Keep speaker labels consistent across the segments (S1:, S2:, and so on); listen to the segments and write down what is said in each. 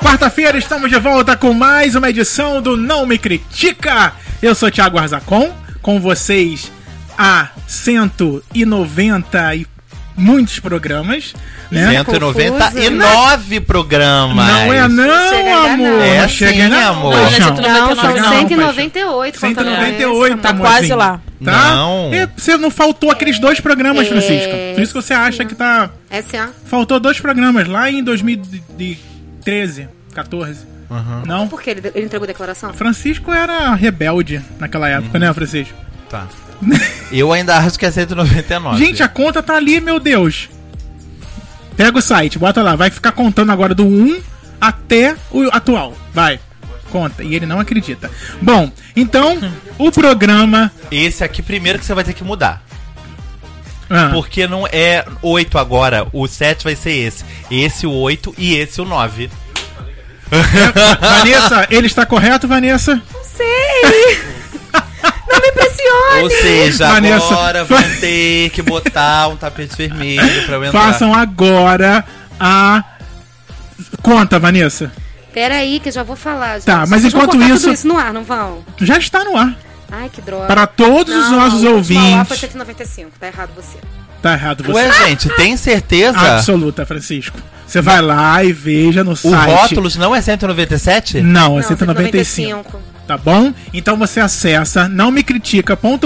S1: Quarta-feira estamos de volta com mais uma edição do Não Me Critica. Eu sou Thiago Arzacon, com vocês há 190 e muitos programas, né?
S2: 199 programas.
S1: Não é
S3: Chega
S1: não,
S3: aí,
S1: amor.
S3: não.
S2: É
S1: Não
S2: assim,
S1: chega não,
S2: amor.
S1: paixão.
S2: Olha,
S3: Não, são
S1: Não, paixão.
S3: 198. contando essa,
S1: 198,
S3: mano.
S4: Tá quase lá.
S1: Tá?
S2: Não.
S1: E você não faltou aqueles dois programas,
S3: É,
S1: Francisco. Por isso que você acha que tá...
S3: É sim, ó.
S1: Faltou dois programas lá em 2013, 14. Não?
S3: Por que ele, ele entregou declaração?
S1: Francisco era rebelde naquela época, né, Francisco?
S2: Tá. Eu ainda acho que é 199.
S1: Gente, a conta tá ali, meu Deus. Pega o site, bota lá. Vai ficar contando agora do 1 até o atual. Vai. Conta. E ele não acredita. Bom, então, o programa.
S2: Esse aqui primeiro que você vai ter que mudar.
S1: Ah,
S2: Porque não é 8 agora, o 7 vai ser esse. Esse o 8 e esse o 9.
S1: Vanessa, ele está correto, Vanessa?
S3: Sei! Não me impressione!
S2: Ou seja,
S1: Vanessa,
S2: agora
S1: fa-
S2: vão ter que botar um tapete vermelho pra eu entrar.
S1: Façam agora a. Conta, Vanessa.
S3: Pera aí, que eu já vou falar. gente.
S1: Tá, mas
S3: Vocês vão
S1: enquanto
S3: cortar
S1: isso-
S3: Tudo isso no ar, não vão?
S1: Já está no ar.
S3: Ai, que droga.
S1: Para todos os
S3: Não,
S1: nossos
S3: o último ao ar Foi
S1: ouvintes.
S3: 195, tá errado você.
S1: Tá errado você.
S2: Ué, gente, tem certeza?
S1: Absoluta, Francisco. Você vai lá e veja no
S2: Tá. O
S1: site.
S2: rótulos não é 197?
S1: Não, é
S3: Não,
S1: 195. Tá bom? Então você acessa nãomecritica.com.br.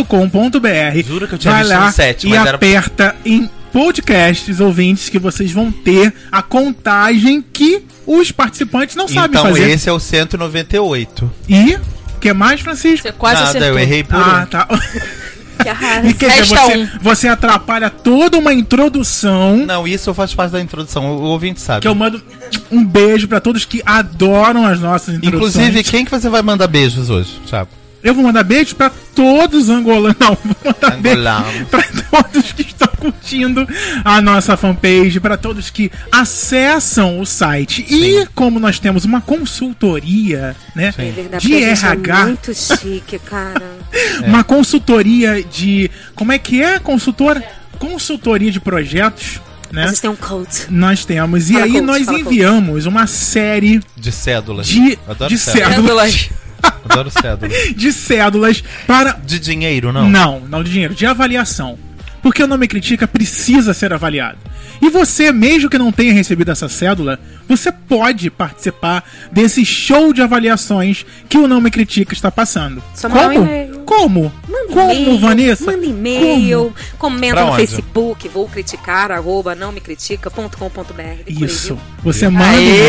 S2: Juro que eu tinha
S1: vai
S2: visto
S1: lá
S2: no sete,
S1: e
S2: mas era-
S1: aperta em podcasts ouvintes que vocês vão ter a contagem que os participantes não sabem
S2: então
S1: fazer.
S2: esse é o 198.
S1: E o que mais, Francisco?
S4: Você quase
S2: Nada,
S4: acertou.
S2: eu errei por
S1: Ah,
S2: um.
S1: tá.
S3: Que arrasa.
S1: E quer dizer,
S4: Resta
S1: você,
S4: um.
S1: você atrapalha toda uma introdução
S2: Não, isso faz parte da introdução, o ouvinte sabe.
S1: que eu mando um beijo pra todos que adoram as nossas introduções.
S2: Inclusive, quem que você vai mandar beijos hoje, Thiago?
S1: Eu vou mandar beijo pra todos os angolanos. Não, vou mandar beijo
S2: Angolano.
S1: pra todos que estão curtindo a nossa fanpage, pra todos que acessam o site. E como nós temos uma consultoria, né?
S3: É verdade,
S1: De
S3: porque a gente É
S1: RH,
S3: muito chique, cara.
S1: uma consultoria de. Como é que é? Consultora? Consultoria de projetos,
S3: A
S1: né?
S3: gente tem um coach.
S1: Nós temos. E
S3: Fala,
S1: aí
S3: coach,
S1: nós
S3: fala, coach.
S1: enviamos uma série
S2: De cédulas.
S1: de,
S2: Adoro
S1: de
S4: Tá
S2: cédulas.
S1: cédulas.
S2: Adoro cédulas.
S1: De cédulas para
S2: De dinheiro, não?
S1: Não. não, de dinheiro, de avaliação. Porque o Não Me Critica precisa ser avaliado. E você, mesmo que não tenha recebido essa cédula, você pode participar desse show de avaliações que o Não Me Critica está passando.
S3: Só mandar um
S1: Como?
S3: e-mail.
S1: Como?
S3: Manda um
S1: Como,
S3: e-mail,
S1: Vanessa?
S3: Manda e-mail, comenta
S2: Pra
S3: no
S2: onde?
S3: Facebook, vou criticar, arroba não me critica.com.br.
S1: Isso. Você manda um e-mail.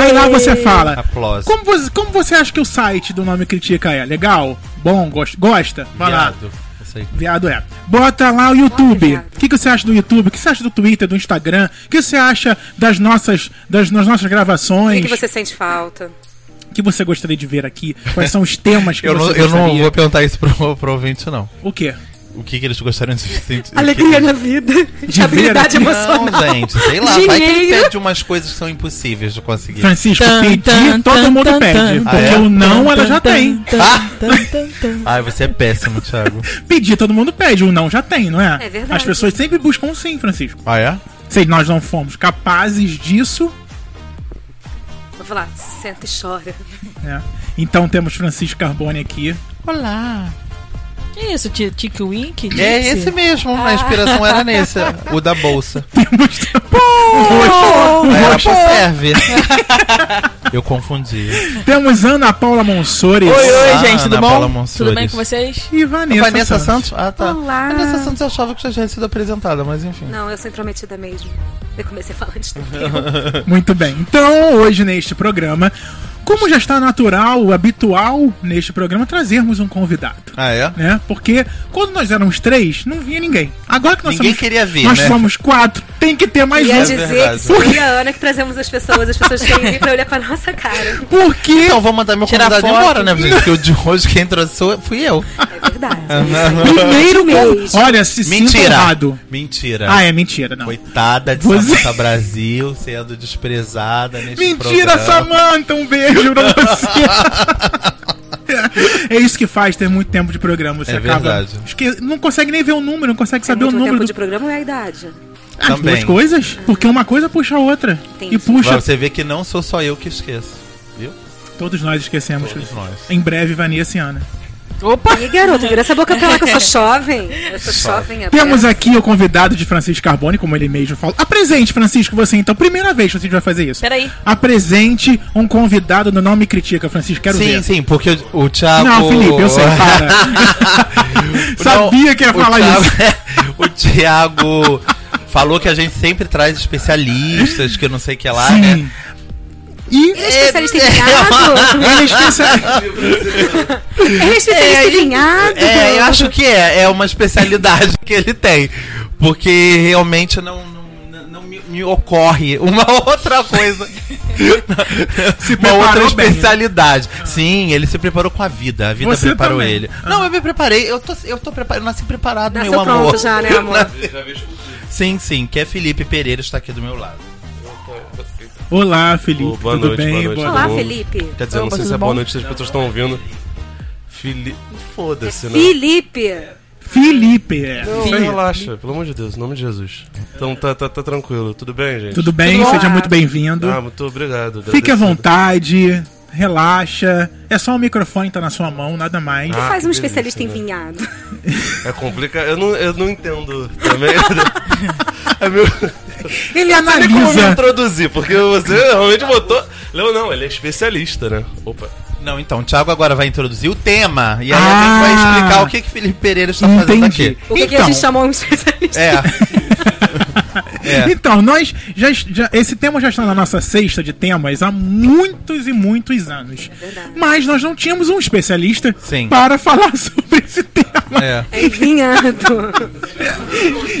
S1: Aí lá você fala.
S2: Aplausos.
S1: Como você, como você acha que o site do Nome Critica é? Legal? Bom? Gosta? Gosta? Vai lá.
S2: Viado. Eu sei.
S1: Viado é. Bota lá o YouTube.
S3: viado.
S1: O que, que você acha do YouTube? O que você acha do Twitter, do Instagram? O que você acha das nossas, das, das nossas
S3: O
S1: gravações?
S3: que, que você sente falta?
S1: O que você gostaria de ver aqui? Quais são os temas que
S2: Eu, não,
S1: você
S2: eu não
S1: gostaria?
S2: vou perguntar isso pro, pro ouvinte, não.
S1: O quê?
S2: O que, que eles gostariam de sentir?
S3: na vida,
S1: ver habilidade aqui.
S2: Não, gente, sei lá. Vai que ele
S3: Dinheiro.
S2: pede umas coisas que são impossíveis de conseguir.
S1: Francisco,
S4: Tan,
S1: pedir,
S4: tan,
S1: todo
S4: tan,
S1: mundo
S4: tan,
S1: pede.
S4: tan,
S1: porque
S2: tan,
S1: o não, ela já tem.
S2: Ah! Ai, você é péssimo, Thiago.
S1: Pedir, todo mundo pede. O não já tem, não é?
S3: É verdade.
S1: As pessoas sempre buscam um sim, Francisco.
S2: Ah, é?
S1: Se nós não fomos capazes disso,
S3: Vou falar, senta e chora.
S1: né? Então temos Francisco Carbone aqui.
S4: Olá. Que isso, ti- Tiki Wink?
S2: É
S4: Dixie?
S2: esse mesmo,
S1: Ah.
S2: a inspiração era nesse, o da bolsa.
S4: Oh!
S2: Era pra serve. Eu confundi.
S1: Temos Ana Paula Monsores.
S4: Oi, oi,
S2: Ah,
S4: gente, tudo
S2: Ana Paula
S4: bom?
S2: Monsores.
S4: Tudo bem com vocês?
S1: E Vanessa,
S2: Vanessa
S1: Santos.
S2: Santos? Ah, tá.
S3: Olá.
S2: Vanessa Santos eu achava que já tinha sido apresentada, mas enfim.
S3: Não, eu sou intrometida mesmo. Eu comecei a falar antes do tempo.
S1: Muito bem. Então, hoje neste programa, como já está natural, habitual neste programa, trazermos um convidado.
S2: Ah, é?
S1: Né? Porque quando nós éramos três, não vinha ninguém. Agora que nós
S2: Ninguém
S1: somos,
S2: queria vir,
S1: nós
S2: né?
S1: somos quatro, tem que ter mais
S3: Ia
S1: um.
S3: dizer
S2: verdade.
S3: que sou eu e a Ana que trazemos as pessoas, as pessoas têm que vir pra olhar pra nossa cara.
S1: Porque
S2: Então vou mandar meu
S4: Tirar
S2: convidado
S4: foto.
S2: embora, né, gente? Porque o de hoje quem trouxe fui eu.
S3: É verdade.
S1: primeiro
S3: Mês.
S1: convidado. Olha, se Ah, sinto
S2: Então, Mentira.
S1: errado.
S2: Mentira.
S1: Ah, é mentira, não.
S2: Coitada de
S1: Você-
S2: Samanta Brasil sendo desprezada neste
S1: Mentira,
S2: programa.
S1: Samanta, um beijo pra você. É isso que faz ter muito tempo de programa. Você
S2: É
S1: acaba.
S2: verdade.
S1: esque- Não consegue nem ver o número, não consegue saber
S3: Tem
S1: o
S3: É muito
S1: número do
S3: tempo de programa é a idade.
S1: As
S2: Também.
S1: duas coisas? Porque uma coisa puxa a outra.
S3: Entendi.
S1: E puxa.
S2: Pra você ver que não sou só eu que esqueço. Viu?
S1: Todos nós esquecemos.
S2: Todos
S1: que-
S2: nós.
S1: Em breve, Vanessa e Ana.
S4: Opa!
S3: Ih, garoto, vira essa boca pra lá que eu sou jovem. Eu sou jovem é até.
S1: Temos aqui o convidado de Francisco Carbone, como ele mesmo fala. Apresente, Francisco, você então. Primeira vez que você vai fazer isso.
S4: Peraí.
S1: Apresente um convidado no Não Me Critica, Francisco. Quero
S2: sim,
S1: ver.
S2: sim, porque o, o Thiago.
S1: Não, Felipe, eu sei, para. Sabia que ia
S2: o
S1: falar
S2: Thiago-
S1: isso.
S2: o Thiago falou que a gente sempre traz especialistas, que eu não sei o que lá, né?
S1: Sim. E
S3: Ele é especialista em vinhado?
S1: ele é especial...
S3: Ele é especialista em vinhado?
S2: É, eu acho que é, é uma especialidade que ele tem. Porque realmente não, não, não me, me ocorre uma outra coisa. uma
S1: preparou
S2: outra
S1: bem, né?
S2: especialidade. Sim, ele se preparou com a vida. A vida
S1: Você
S2: preparou
S1: também. Ah.
S2: ele. Não, eu me preparei. Eu tô, eu tô preparado. Eu nasci preparado,
S3: Nasceu
S2: meu
S3: pronto
S2: amor.
S3: já, né, amor?
S2: Sim, sim, que é Felipe Pereira está aqui do meu lado.
S1: Olá, Felipe.
S5: Boa
S1: Tudo
S5: noite,
S1: bem?
S5: boa noite.
S1: Boa-
S3: Olá,
S5: Bom.
S3: Felipe.
S5: Quer dizer, eu não
S4: Opa,
S5: sei se
S4: tudo
S5: é boa
S4: bom?
S5: noite se as pessoas estão ouvindo. Fili... Foda-se, né?
S3: Felipe.
S1: Felipe. é.
S5: Não,
S4: Filho.
S5: relaxa, pelo amor de Deus, em nome de Jesus. Então tá, tá, tá tranquilo, tudo bem, gente?
S1: Tudo bem?
S3: Olá.
S1: Seja muito bem-vindo.
S5: Ah, muito obrigado.
S1: Fique à
S5: agradecido.
S1: vontade. Relaxa. É só o microfone que tá na sua mão, nada mais.
S5: Ah,
S3: Faz
S5: que
S3: um
S5: delícia,
S3: especialista em
S5: né?
S3: vinhado.
S5: É complicado, eu não, eu não entendo também. é meu...
S2: É,
S1: Ele é
S5: Como me
S1: analisa.
S5: introduzir, porque você realmente botou... Não, não, ele é especialista, né? Opa.
S2: Não, então, o Thiago agora vai introduzir o tema. E aí a
S1: Ah.
S2: gente vai explicar o que, que Felipe Pereira está fazendo
S1: Entendi.
S2: aqui.
S3: O que, que a gente chamou um especialista?
S2: É. é.
S1: Então, nós já, já- esse tema já está na nossa cesta de temas há muitos e muitos anos.
S3: verdade.
S1: Mas nós não tínhamos um especialista
S2: Sim.
S1: para falar sobre esse tema.
S2: É.
S3: É em vinhado.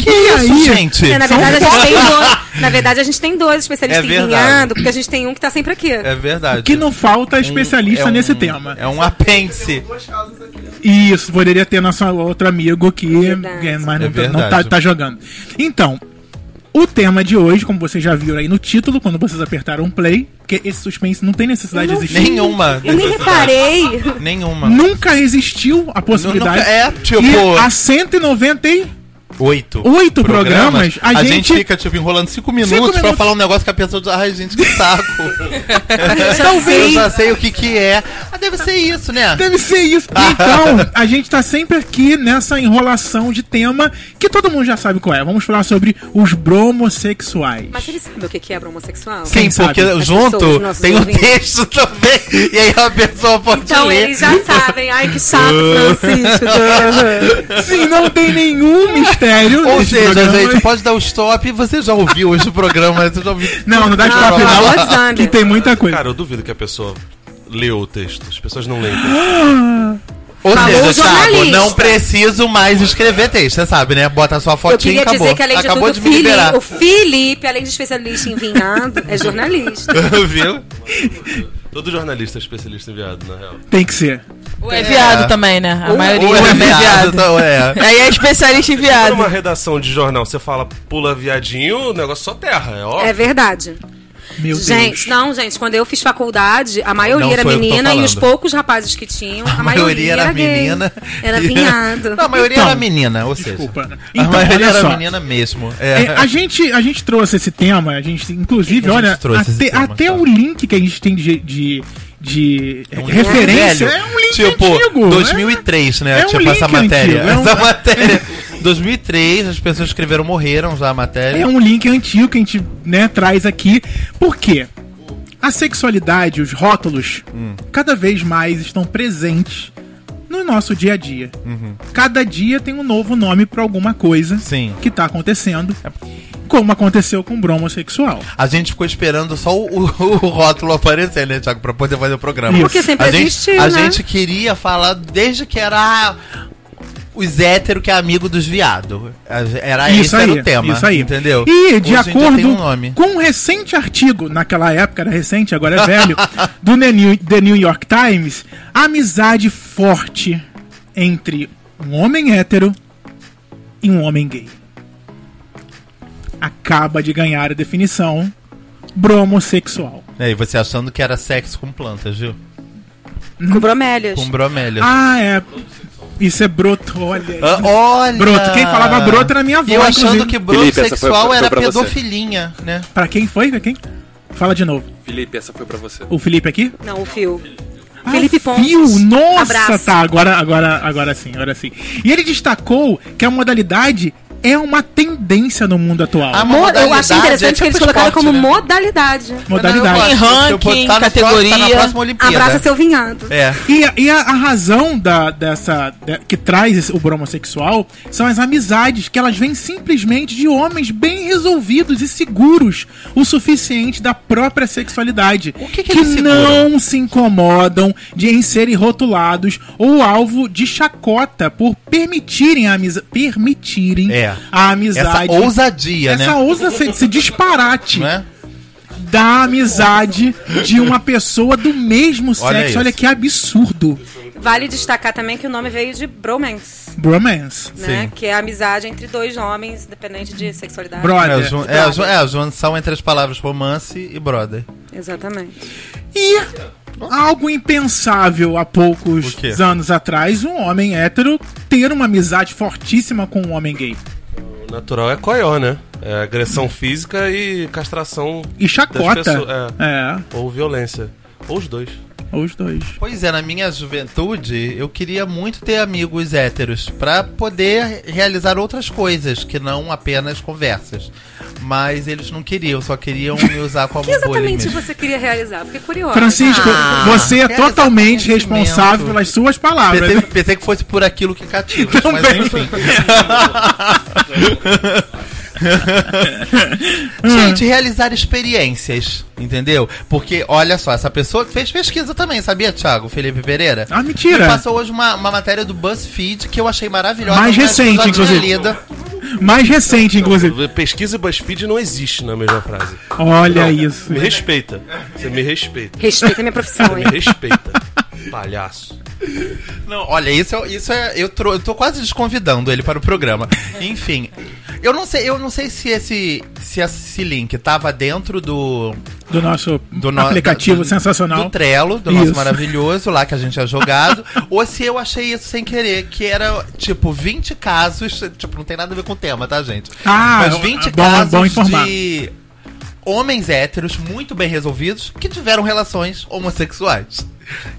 S1: Que aí,
S2: gente?
S3: É, na,
S2: são
S3: verdade, a
S2: foda-
S3: gente tem dois, na verdade, a gente tem dois especialistas
S2: É
S3: em
S2: verdade.
S3: vinhado, porque a gente tem um que tá sempre aqui.
S2: É verdade.
S1: o que não falta é especialista
S2: É um-
S1: nesse tema.
S2: É um apêndice.
S1: E Isso, poderia ter nosso outro amigo que
S3: Verdade.
S1: é, mas não, tá- não
S2: É verdade.
S1: tá, tá jogando. Então, o tema de hoje, como vocês já viram aí no título, quando vocês apertaram um play, porque esse suspense não tem necessidade de existir.
S2: Nenhuma.
S3: Eu nem reparei.
S2: Nenhuma.
S1: Nunca existiu a possibilidade.
S2: Nunca- é, tipo-
S1: E há 190
S2: Oito.
S1: Oito programas, a
S2: a, gente...
S1: gente
S2: fica, tipo, enrolando cinco minutos, pra
S1: minutos.
S2: falar um negócio que a pessoa diz, ai, gente, que saco.
S3: Já
S2: Eu
S3: sei.
S2: já sei o que que é. Ah, deve ser isso, né?
S1: Deve ser isso. Então, a gente tá sempre aqui nessa enrolação de tema que todo mundo já sabe qual é. Vamos falar sobre os bromossexuais.
S3: Mas ele sabe o que que é homossexual?
S2: Sim,
S1: Quem sabe?
S2: porque
S1: As
S3: pessoas,
S2: junto
S3: nossos
S2: tem um
S3: ouvintes.
S2: texto também, e aí a pessoa pode
S3: Então
S2: ler.
S3: eles já sabem. Ai, que chato, Francisco.
S1: Sim, não tem nenhum mistério.
S2: Ou
S1: nesse
S2: seja,
S1: programa. é-
S2: gente, pode dar o stop. Você já ouviu hoje o programa? né? Você já ouviu?
S1: Não, não dá de papo,
S3: Ah,
S1: não,
S3: Rosane.
S1: Que tem muita coisa.
S5: Cara, eu duvido que a pessoa leu o texto. As pessoas não leem. o texto.
S2: Ou
S3: Falou o
S2: seja, Thiago,
S3: jornalista.
S2: não preciso mais escrever texto, você sabe, né? Bota sua
S3: Eu
S2: fotinha e
S3: queria
S2: acabou.
S3: dizer que, além de
S2: acabou
S3: tudo,
S2: de me
S3: Fili-
S2: liberar.
S3: o Felipe, além de especialista em vinhado, é jornalista.
S2: Viu?
S5: Todo jornalista é especialista em viado, na real.
S1: Tem que ser.
S4: Ou é viado também, né? A maioria
S2: Ou é viado, então é.
S4: Aí é especialista em viado.
S5: Numa redação de jornal, você fala pula viadinho, o negócio só terra, é óbvio.
S3: É verdade.
S1: Meu Deus.
S3: Gente, não, gente, quando eu fiz faculdade, a
S2: Não
S3: maioria era
S2: sou eu que tô
S3: menina e os
S2: falando.
S3: poucos rapazes que tinham, a, maioria, era, gay.
S2: menina.
S3: Era
S2: E-
S3: vinhado.
S2: Não, a maioria
S1: Então,
S2: era menina, ou seja.
S1: Desculpa.
S2: a
S1: Então,
S2: maioria
S1: olha
S2: era
S1: só.
S2: menina mesmo.
S1: É,
S2: É.
S1: a, gente, a gente trouxe esse tema, a gente, inclusive,
S2: A gente
S1: olha,
S2: trouxe esse
S1: até,
S2: tema,
S1: até
S2: tá?
S1: o link que a gente tem de, de, de
S2: um link
S1: referência
S2: velho.
S1: é um link
S2: tipo,
S1: antigo.
S2: 2003, né?
S1: é um
S2: tipo
S1: link
S2: essa matéria.
S1: antigo, é um-
S2: Essa matéria. 2003, as pessoas escreveram, morreram já a matéria.
S1: É um link antigo que a gente né, traz aqui. Por quê? A sexualidade, os rótulos, cada vez mais estão presentes no nosso dia a dia. Cada dia tem um novo nome pra alguma coisa
S2: Sim.
S1: que tá acontecendo. Como aconteceu com o bromossexual.
S2: A gente ficou esperando só o, o- o rótulo aparecer, né, Thiago? Pra poder fazer o programa.
S1: Isso. Porque
S3: sempre
S2: a gente,
S3: existiu,
S2: A
S3: né?
S2: gente queria falar desde que era ah, os hétero que é amigo dos viado. A- Era
S1: Isso
S2: esse
S1: aí,
S2: era o tema.
S1: isso aí.
S2: Entendeu?
S1: E de
S2: Hoje em dia
S1: acordo
S2: Tem um nome.
S1: com um recente artigo, naquela época era recente, agora é velho, do The New, The New York Times, a amizade forte entre um homem hétero e um homem gay. Acaba de ganhar a definição bromossexual.
S2: É, e você achando que era sexo com plantas, viu?
S3: Com bromélias.
S2: Com bromélias.
S1: Ah, é. Isso é broto, olha. aí.
S2: Ah, olha!
S1: Broto, quem falava broto era minha avó,
S2: E eu achando
S1: inclusive.
S2: que broto
S6: Felipe, essa foi-
S2: sexual
S6: foi
S2: era
S6: pra você.
S2: pedofilinha, né?
S1: Pra quem foi? Pra quem? Fala de novo.
S6: É. Felipe, essa foi pra você.
S1: O Felipe aqui?
S3: Não, o Fio.
S1: Ah,
S3: Felipe Pontes.
S1: Fio, nossa,
S3: Abraço.
S1: tá, agora, agora, agora sim, agora sim. E ele destacou que a modalidade é uma tendência no mundo atual.
S2: Ah, mas-
S3: Mo- eu
S2: Modalidade
S3: achei interessante
S2: é
S3: que eles
S2: tipo
S3: colocaram
S2: esporte,
S3: como
S2: né?
S3: modalidade.
S1: modalidade.
S2: Mas eu gosto, se eu botar
S4: Ranking,
S2: nas próximas- Tá na
S4: categoria.
S2: próxima Olimpíada.
S3: Abraça seu vinhado.
S2: É.
S1: E, a- e a, a razão da, dessa de- que traz esse- o bromossexual são as amizades que elas vêm simplesmente de homens bem resolvidos e seguros o suficiente da própria sexualidade
S2: O que que eles seguram?
S1: não se incomodam de em serem rotulados ou alvo de chacota por permitirem a amizade permitirem a
S2: É. Essa
S1: amizade
S2: ousadia,
S1: essa
S2: né?
S1: ousa esse disparate
S2: Não é?
S1: da amizade de uma pessoa do mesmo
S2: Olha
S1: sexo
S2: isso.
S1: olha que absurdo
S3: Vale destacar também que o nome veio de bromance,
S1: bromance
S3: né?
S2: Sim.
S3: Que é a amizade entre dois homens, independente de sexualidade.
S2: É,
S1: Brother.
S2: a ju- é, a ju- é a junção entre as palavras romance e brother.
S3: Exatamente.
S1: E algo impensável há
S2: O quê?
S1: poucos anos atrás, um homem hétero ter uma amizade fortíssima com um homem gay.
S5: O natural é coió, né? É agressão física e castração.
S1: E chacota.
S5: Das pessoas,
S1: é.
S5: Ou violência. Ou os dois.
S1: os dois.
S2: Pois é, na minha juventude, eu queria muito ter amigos héteros pra poder realizar outras coisas que não apenas conversas. Mas eles não queriam, só queriam me usar como
S3: O que exatamente
S2: bullying.
S3: você queria realizar? é Fiquei curiosa.
S1: Francisco, você é
S2: Ah, quero
S1: totalmente
S2: esse conhecimento.
S1: responsável pelas suas palavras.
S2: Pensei, pensei que fosse por aquilo que cativa. Mas
S1: Também.
S2: enfim. Gente, realizar experiências, entendeu? Porque, olha só, essa pessoa fez pesquisa também, sabia, Thiago? Felipe Pereira?
S1: Ah, mentira.
S2: Me passou hoje uma, uma matéria do BuzzFeed que eu achei maravilhosa. um
S1: Mais
S2: mas
S1: recente,
S2: só tinha
S1: inclusive.
S2: lida.
S1: Mais recente, inclusive.
S5: Pesquisa e BuzzFeed não existe na mesma frase.
S1: Olha isso.
S5: Me respeita. Você me respeita.
S3: Ah, Respeita a minha profissão,
S5: Me
S2: É.
S3: hein?
S5: respeita. Palhaço.
S2: Não, olha, isso, é- isso é. Eu, tro, eu tô quase desconvidando ele para o programa. Enfim. Eu não sei, eu não sei se esse, se esse link tava dentro do,
S1: Do nosso
S2: do no-
S1: aplicativo
S2: do-
S1: sensacional.
S2: Do Trello, do nosso
S1: Isso.
S2: maravilhoso lá que a gente é jogado. ou se eu achei isso sem querer, que era tipo 20 casos. Tipo, não tem nada a ver com o tema, tá, gente?
S1: Ah,
S2: Mas 20
S1: bom-
S2: casos
S1: bom informar.
S2: de homens héteros muito bem resolvidos que tiveram relações homossexuais.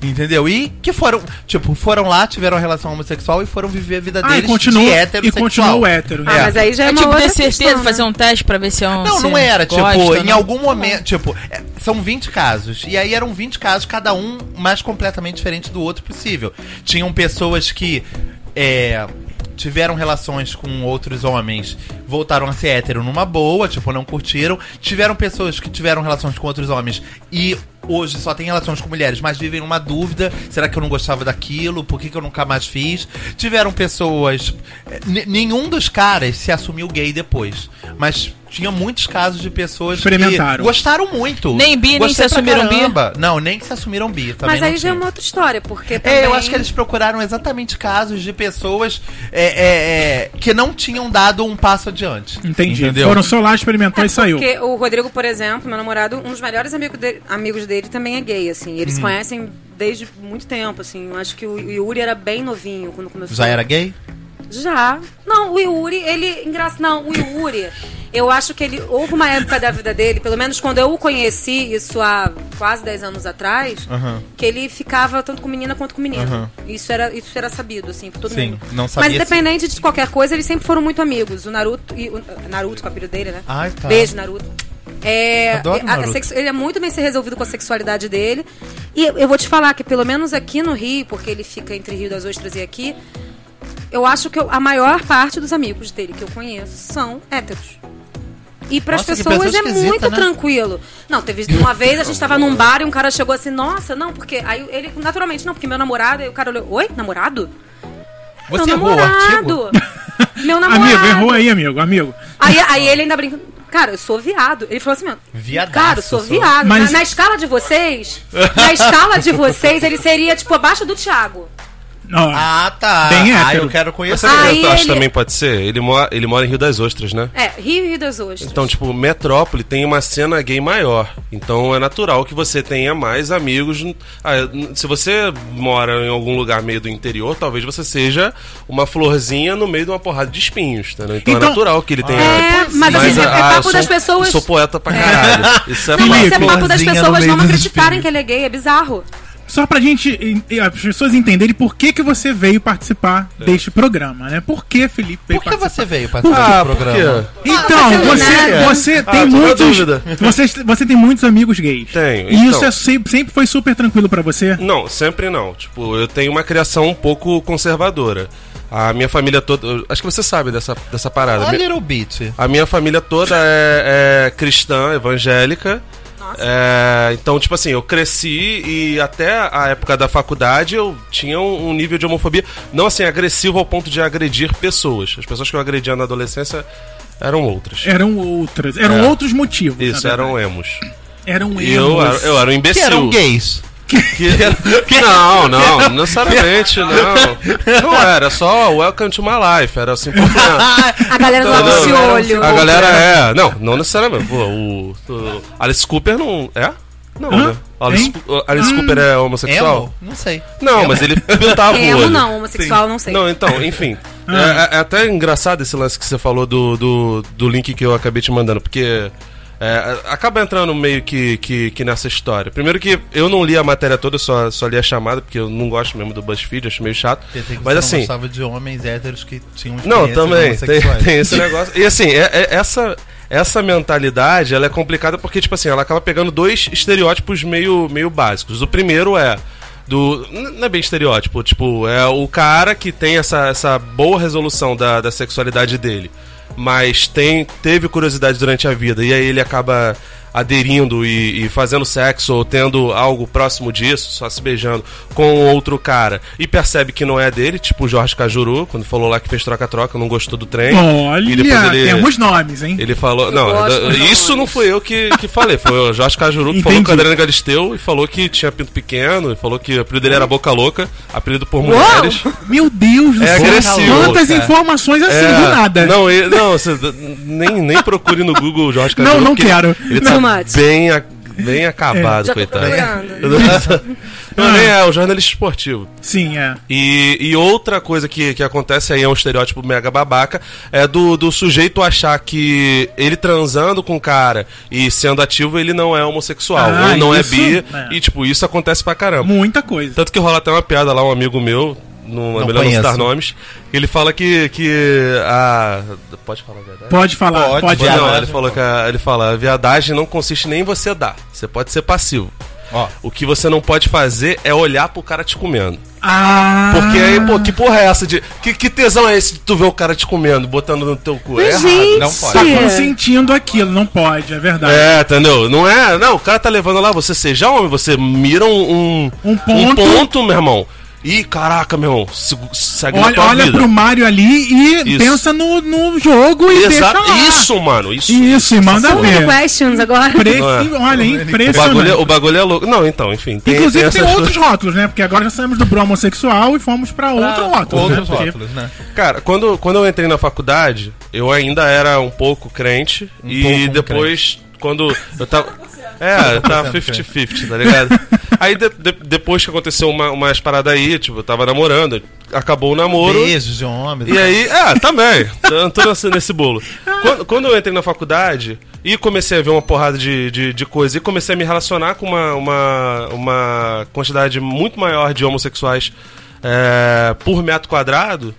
S2: Entendeu? E que foram, tipo, foram lá, tiveram relação homossexual e foram viver a vida
S1: Ah, e
S2: deles
S1: continua-
S2: de
S1: e
S2: heterossexual.
S1: continua o hétero, né?
S3: Ah, mas aí já é,
S4: É
S3: uma
S4: tipo,
S3: outra
S4: ter certeza,
S3: questão, né?
S4: fazer um teste pra ver se é um.
S2: Não,
S4: se
S2: não era. Tipo,
S4: gosta,
S2: em
S4: não.
S2: algum momento. Tipo, é, são 20 casos. E aí eram 20 casos, cada um mais completamente diferente do outro possível. Tinham pessoas que. é, tiveram relações com outros homens, voltaram a ser hétero numa boa, tipo, não curtiram. Tiveram pessoas que tiveram relações com outros homens e hoje só tem relações com mulheres, mas vivem uma dúvida: será que eu não gostava daquilo? Por que, que eu nunca mais fiz? Tiveram pessoas. eh, n- Nenhum dos caras se assumiu gay depois, mas tinha muitos casos de pessoas
S1: Experimentaram.
S2: que gostaram muito.
S4: Nem bi, nem
S2: Gostei
S4: se
S2: pra
S4: assumiram bi?
S2: caramba. Não, nem que se assumiram bi. Também
S3: Mas aí
S2: não
S3: já é
S2: tinha.
S3: uma outra história, porque também...
S2: É, eu acho que eles procuraram exatamente casos de pessoas é, é, é, que não tinham dado um passo adiante.
S1: Entendi.
S2: Entendeu?
S1: Foram só lá,
S2: É
S1: experimentou e saiu.
S3: Porque o Rodrigo, por exemplo, meu namorado, um dos melhores amigo de- amigos dele também é gay, assim.
S2: Hum.
S3: Eles se conhecem desde muito tempo, assim. Eu acho que o Yuri era bem novinho quando começou.
S2: Já era gay?
S3: Já. Não, o Yuri, ele. Engraçado. Não, o Yuri. Eu acho que ele. Houve uma época da vida dele, pelo menos quando eu o conheci, isso há quase 10 anos atrás, que ele ficava tanto com menina quanto com menino. Isso, era, isso era sabido, assim, por todo
S2: Sim,
S3: mundo.
S2: não sabia
S3: Mas
S2: se-
S3: independente de qualquer coisa, eles sempre foram muito amigos. O Naruto. E o Naruto, com o apelido dele, né?
S2: Ai, tá.
S3: Beijo, Naruto. É,
S2: Adoro
S3: a- a
S2: Naruto.
S3: sexu- ele é muito bem ser resolvido com a sexualidade dele. E eu vou te falar que, pelo menos aqui no Rio, porque ele fica entre Rio das Ostras e aqui, eu acho que eu- a maior parte dos amigos dele que eu conheço são héteros. E para as
S2: Nossa, que
S3: pessoas
S2: pessoa
S3: é
S2: esquisita,
S3: muito
S2: né?
S3: tranquilo. Não, teve uma vez a gente tava num bar e um cara chegou assim, nossa, não, porque. Aí ele, naturalmente, não, porque meu namorado. Aí o cara olhou, oi, namorado?
S2: Você
S3: meu
S2: errou o artigo?
S3: namorado! Meu namorado!
S1: Amigo, errou aí, amigo, amigo.
S3: Aí, aí ele ainda brinca. Cara, eu sou viado. Ele falou assim, meu.
S2: Viadaço,
S3: Cara, eu sou
S2: sou."
S3: viado.
S1: Mas-
S3: Na, na escala de vocês, na escala de vocês, ele seria, tipo, abaixo do Thiago.
S1: Não,
S2: Ah, tá.
S1: Bem
S2: ah,
S1: hétero.
S2: eu quero
S1: é
S5: Mas
S2: conhecer.
S5: sabe o
S3: Aí
S1: Ah,
S5: que eu acho
S3: ele-
S5: também pode ser? Ele mora, ele mora em Rio das Ostras, né?
S3: É, Rio e Rio das Ostras.
S5: Então, tipo, Metrópole tem uma cena gay maior. Então é natural que você tenha mais amigos. Ah, se você mora em algum lugar meio do interior, talvez você seja uma florzinha no meio de uma porrada de espinhos, entendeu? Então,
S1: Então-
S5: é natural que ele tenha.
S3: É, mas assim, é
S5: ah, eu
S3: papo
S5: sou-
S3: das pessoas.
S5: eu Sou poeta pra caralho. Isso é
S3: Não, mas é
S1: Felipe.
S3: papo das
S2: Florzinha no
S3: pessoas
S2: meio
S3: não
S2: dos
S3: acreditarem
S2: espinhos.
S3: que ele é gay, é bizarro.
S1: Só pra gente, eh, eh, as pessoas entenderem por que, que você veio participar
S5: É.
S1: deste programa, né? Por que Felipe veio
S2: Por que
S1: participar?
S2: você Ah, veio
S5: Ah,
S2: participar do programa?
S1: Então,
S2: é
S1: você,
S5: né?
S1: você
S5: Ah,
S1: tem
S5: tô na
S1: muitos.
S5: dúvida.
S1: Você, você tem muitos amigos gays.
S5: Tenho,
S1: E
S5: então.
S1: isso é sempre, sempre foi super tranquilo pra você?
S5: Não, sempre não. Tipo, eu tenho uma criação um pouco conservadora. A minha família toda. eu- Acho que você sabe dessa, dessa parada.
S2: A
S5: Mi-
S2: Little Bit.
S5: A minha família toda é, é cristã, evangélica. É, então, tipo assim, eu cresci e até a época da faculdade eu tinha um, um nível de homofobia, não assim, agressivo ao ponto de agredir pessoas. As pessoas que eu agredia na adolescência eram outras.
S1: Eram outras. Eram
S5: É.
S1: outros motivos.
S5: Isso,
S1: na verdade.
S5: eram emos.
S1: Eram
S5: E eu, era-
S1: erros.
S5: eu era um imbecil.
S2: Que eram gays.
S5: Não, não, não necessariamente, não. Não era, só Welcome to My Life, era assim.
S3: A galera do
S5: Não,
S3: lado
S5: não,
S3: de
S5: não, não.
S3: olho.
S5: A galera é. Não, não necessariamente. Pô, o, o Alice Cooper não. É? Não,
S1: Hã?
S5: né? Alice,
S1: Hein?
S5: o Alice Cooper é homossexual?
S2: Hum, Emo? Não sei.
S5: Não, mas ele pintava o
S3: Emo
S5: olho.
S3: não, homossexual, não sei.
S5: Não, então, enfim. É, é- é até engraçado esse lance que você falou do, do, do link que eu acabei te mandando, porque. é, acaba entrando meio que, que, que nessa história. Primeiro que eu não li a matéria toda, eu só, só li a chamada, porque eu não gosto mesmo do BuzzFeed, acho meio chato.
S2: Pensei que um você
S5: Mas
S2: não
S5: assim.
S2: gostava de homens héteros que tinham
S5: Não,
S2: experiências
S5: também. Tem,
S2: né, homossexuais.
S5: tem esse negócio. E assim, é- é- essa, essa mentalidade ela é complicada porque, tipo assim, ela acaba pegando dois estereótipos meio, meio básicos. O primeiro é. Do, n- não é bem estereótipo, tipo, é o cara que tem essa, essa boa resolução da, da sexualidade dele, mas tem, teve curiosidade durante a vida, e aí ele acaba aderindo e, e fazendo sexo ou tendo algo próximo disso, só se beijando com um outro cara e percebe que não é dele, tipo o Jorge Cajuru, quando falou lá que fez troca-troca, não gostou do trem. e depois
S1: Olha,
S5: ele,
S1: temos nomes, hein?
S5: ele falou. não,
S3: gosto
S5: eu-
S3: dos
S5: isso
S3: nomes.
S5: não fui eu que, que falei, foi o Jorge Cajuru que falou
S1: Entendi.
S5: com a Adriana Galisteu e falou que tinha pinto pequeno, e falou que o apelido dele era Boca Louca, apelido por é mulheres.
S1: Meu Deus do
S5: É agressivo,
S1: Quantas
S2: cara.
S1: informações assim
S5: É,
S1: do nada.
S5: Não, ele- não você nem, nem procure no Google o Jorge
S1: Não,
S5: Cajuru.
S1: não
S5: porque ele-
S1: quero. É.
S5: Ele
S3: Too
S5: tá
S3: much.
S5: bem, a- bem acabado,
S3: Já tô
S5: coitado.
S3: procurando.
S5: Não, nem
S1: Ah.
S5: é, o jornalista esportivo.
S1: Sim, é.
S5: E, e outra coisa que, que acontece aí, é um estereótipo mega babaca, é do, do sujeito achar que ele transando com o cara e sendo ativo, ele não é homossexual,
S1: Ah,
S5: ou não
S1: isso,
S5: é bi,
S1: né.
S5: e tipo, isso acontece pra caramba.
S1: Muita coisa.
S5: Tanto que rola até uma piada lá, um amigo meu, não, é
S2: Não
S5: melhor
S2: conheço.
S5: não citar nomes, ele fala que. que a, pode falar a verdade?
S1: Pode falar, Ah, pode,
S2: Pode,
S5: Não,
S2: pode.
S1: falar.
S5: ele falou que a, ele fala, a viadagem não consiste nem em você dar, você pode ser passivo.
S2: Ó.
S5: O que você não pode fazer é olhar pro cara te comendo.
S1: Ah,
S5: Porque aí, pô, que porra é essa de. Que, que tesão é esse de tu ver o cara te comendo, botando no teu cu? É
S3: Mas,
S5: errado.
S2: não
S3: gente,
S2: pode.
S1: tá consentindo aquilo, não pode, é verdade.
S5: É, entendeu? Não é. Não, o cara tá levando lá, você seja homem, você mira um. Um,
S1: Um ponto.
S5: ponto, meu irmão. Ih, caraca, meu irmão, se- segue na
S1: Olha,
S5: tua
S1: olha
S5: vida.
S1: pro Mário ali e
S5: Isso.
S1: pensa no, no jogo e deixa
S5: Exato.
S1: lá.
S5: Isso, mano, isso.
S1: Isso, e manda
S3: São
S1: ver.
S3: questions agora.
S1: Preci-
S5: Não
S1: Olha,
S5: O É. bagulho, é-
S1: impressionante.
S5: o bagulho é louco. Não, então, enfim.
S1: né? Inclusive
S5: essas
S1: tem
S5: coisas.
S1: outros rótulos, né? Porque agora já saímos do bro homossexual e fomos pra outro rótulo.
S2: Ah, Outros
S1: né? Porque-
S2: rótulos, né?
S5: Cara, quando, quando eu entrei na faculdade, eu ainda era um pouco crente. e
S2: pouco um
S5: depois, quando eu tava. É, eu tava 50-50, tá ligado? Aí de- de- depois que aconteceu uma, umas paradas aí, tipo, eu tava namorando, acabou o namoro.
S2: Beijos de um homens.
S5: E aí, ah, também, tô, tô nesse, nesse bolo. Quando, quando eu entrei na faculdade e comecei a ver uma porrada de, de, de coisa e comecei a me relacionar com uma, uma, uma quantidade muito maior de homossexuais é, por metro quadrado,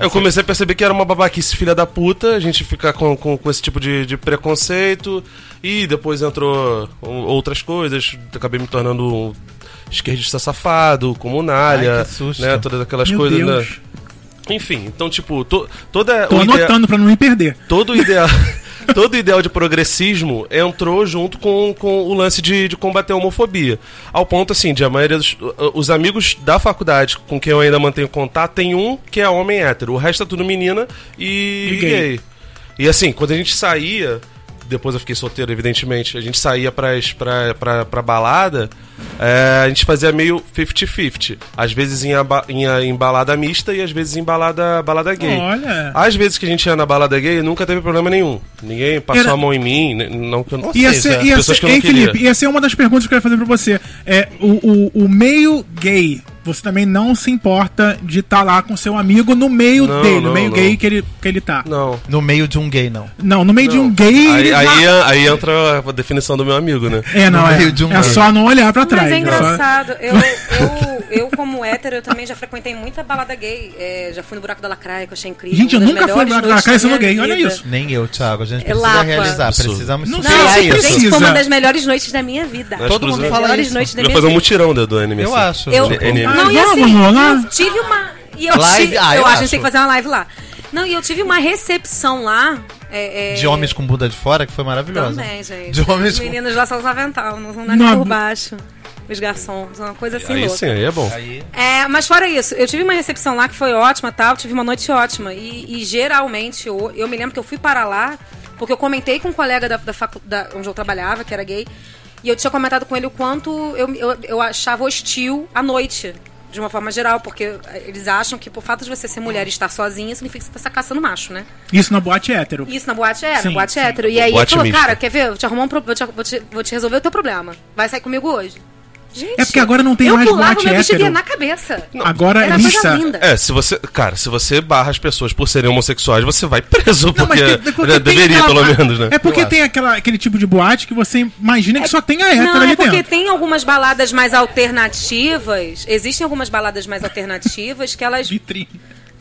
S5: eu comecei a perceber que era uma babaquice filha da puta, a gente ficar com, com, com esse tipo de, de preconceito. E depois entrou o- outras coisas, acabei me tornando um esquerdista safado, comunalha,
S2: Ai, que susto.
S5: né, todas aquelas
S1: Meu
S5: coisas, né?
S1: Deus.
S5: Enfim, então, tipo, to- toda
S1: Tô
S5: o idea-
S1: anotando pra não me perder.
S5: todo o ideal. Todo o ideal de progressismo entrou junto com, com o lance de, de combater a homofobia. Ao ponto, assim, de a maioria dos os amigos da faculdade com quem eu ainda mantenho contato, tem um que é homem hétero, o resto é tudo menina e,
S1: E gay.
S5: gay. E assim, quando a gente saía, depois eu fiquei solteiro, evidentemente, a gente saía pras, pra, pra, pra balada, é, a gente fazia meio 50-50. Às vezes em, aba- em, em balada mista e às vezes em balada, balada gay.
S1: Olha.
S5: Às vezes que a gente ia na balada gay, nunca teve problema nenhum. Ninguém passou
S1: Era-
S5: a mão em mim, né, não que eu não... é
S1: Ia
S2: seja,
S1: ser, ia
S5: pessoas
S1: ser,
S5: que eu não
S1: hein,
S5: queria.
S1: Felipe, ia ser uma das perguntas que eu ia fazer pra você. É, o, o, o meio gay, você também não se importa de estar lá com seu amigo no meio
S5: Não,
S1: dele, no
S5: não,
S1: meio
S5: não.
S1: gay que ele, que ele tá. Não,
S5: Não.
S2: No meio de um gay, não. é
S1: no meio de um gay.
S5: Aí,
S1: ele já-
S5: aí, aí entra a definição do meu amigo, né?
S1: É, não,
S2: No
S1: é.
S2: meio de um
S1: é
S2: gay.
S1: só não olhar pra trás.
S3: Mas é
S1: é só-
S3: engraçado, eu, eu, eu como hétero, eu também já frequentei muita balada gay. É, já fui no Buraco da Lacraia, que eu achei incrível.
S1: Gente, eu
S3: uma das
S1: nunca fui no
S3: melhores
S1: Buraco da
S3: noites
S1: Lacraia sendo
S3: minha
S1: gay, olha
S3: vida.
S1: isso.
S2: Nem eu, Thiago. A gente precisa
S3: É Lapa.
S2: realizar.
S5: Absurdo.
S2: Precisamos
S1: Não
S3: Não,
S1: Sim,
S3: gente,
S1: precisa.
S3: foi uma das melhores noites da minha vida.
S5: Todo mundo
S2: Exclusive. fala
S3: melhores
S2: isso.
S3: noites da
S5: Podia
S3: minha
S5: fazer um
S3: vida.
S5: mutirão do, do anime.
S2: Eu
S5: assim.
S2: acho.
S3: Eu,
S5: N-
S3: não, e
S1: Ah, Vamos
S3: assim,
S1: lá?
S3: eu tive uma. E eu
S2: Live?
S3: tive,
S2: Ah, eu
S3: eu, acho que a
S2: acho.
S3: gente tem que fazer uma live lá. Não, e eu tive uma recepção lá. é, é,
S2: De homens com bunda de fora, que foi maravilhosa.
S3: Também, gente.
S2: De homens
S3: Os
S2: com...
S3: meninos lá são os avental, não são nada
S1: Não,
S3: por
S1: não-
S3: baixo. Os garçons, uma coisa assim
S5: Aí
S3: louca.
S5: sim, aí é bom.
S2: Aí...
S3: É, mas fora isso, eu tive uma recepção lá que foi ótima, tal, tive uma noite ótima. E, e geralmente, eu, eu me lembro que eu fui para lá, porque eu comentei com um colega da, da facu- da- onde eu trabalhava, que era gay, e eu tinha comentado com ele o quanto eu, eu, eu achava hostil à noite, de uma forma geral, porque eh, eles acham que por fato de você ser mulher e estar sozinha, significa que você tá caçando macho, né?
S1: Isso na boate hétero.
S3: Isso na boate era,
S1: Sim,
S3: na boate
S1: sim.
S3: hétero. E aí
S5: Boate
S3: ele falou,
S5: mista.
S3: cara, quer ver? Eu vou te arrumar um pro- vou te, vou te- vou te resolver o teu problema. Vai sair comigo hoje. Gente,
S1: É porque agora não tem
S3: eu
S1: mais
S3: pulava,
S1: boate
S3: meu bicho
S1: hétero.
S3: ia na cabeça.
S1: Agora
S3: Era
S1: é
S3: coisa
S1: mista.
S3: linda.
S5: É, se você. Cara, se você barra as pessoas por serem homossexuais, você vai preso,
S1: Não, mas
S5: porque. né,
S1: tem- porque tem
S5: deveria,
S1: aquela-
S5: pelo menos, né?
S1: É porque
S2: Eu
S1: tem aquela, aquele tipo de boate que você imagina que só tem a hétero
S3: Não,
S1: ali
S3: é porque
S1: dentro.
S3: tem algumas baladas mais alternativas. Existem algumas baladas mais alternativas que elas.
S1: Vitrine.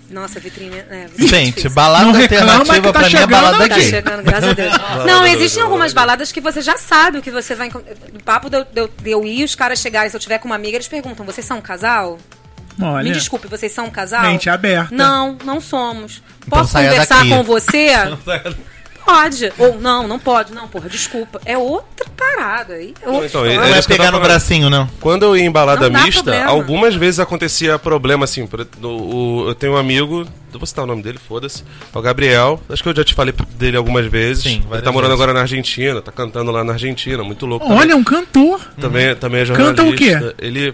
S3: Nossa, vitrine. É, vitrine é
S2: Gente,
S3: difícil.
S2: balada
S1: Não reclama
S2: alternativa
S1: que tá
S2: pra mim é
S1: chegando,
S2: balada
S3: Tá
S2: gay.
S3: chegando, graças a Deus. Não, existem algumas baladas que você já sabe o que você vai encontrar. O papo de eu, de eu- de eu ir, os caras chegarem, se eu tiver com uma amiga, eles perguntam: vocês são um casal?
S1: Olha.
S3: Me desculpe, vocês são um casal?
S1: Mente aberta.
S3: Não, não somos.
S2: Então
S3: Posso
S2: saia
S3: conversar
S2: daqui.
S3: com você?
S1: Então
S3: Pode. Ou não, não pode. Não, porra, desculpa. É outra parada aí. É outra
S5: então,
S3: história.
S2: Não
S5: Era
S2: vai
S5: isso que eu
S2: pegar
S5: tava
S2: no bracinho, não.
S5: Quando eu ia em balada
S3: Não dá
S5: mista,
S3: problema.
S5: algumas vezes acontecia problema, assim. por- no- o- eu tenho um amigo, eu vou citar o nome dele, foda-se. É o Gabriel. Acho que eu já te falei dele algumas vezes.
S2: Sim,
S5: ele
S2: várias
S5: tá morando
S2: vezes.
S5: agora na Argentina, tá cantando lá na Argentina, muito louco. também.
S1: Olha, um cantor.
S5: Também, também é jornalista.
S1: Canta o quê?
S5: Ele.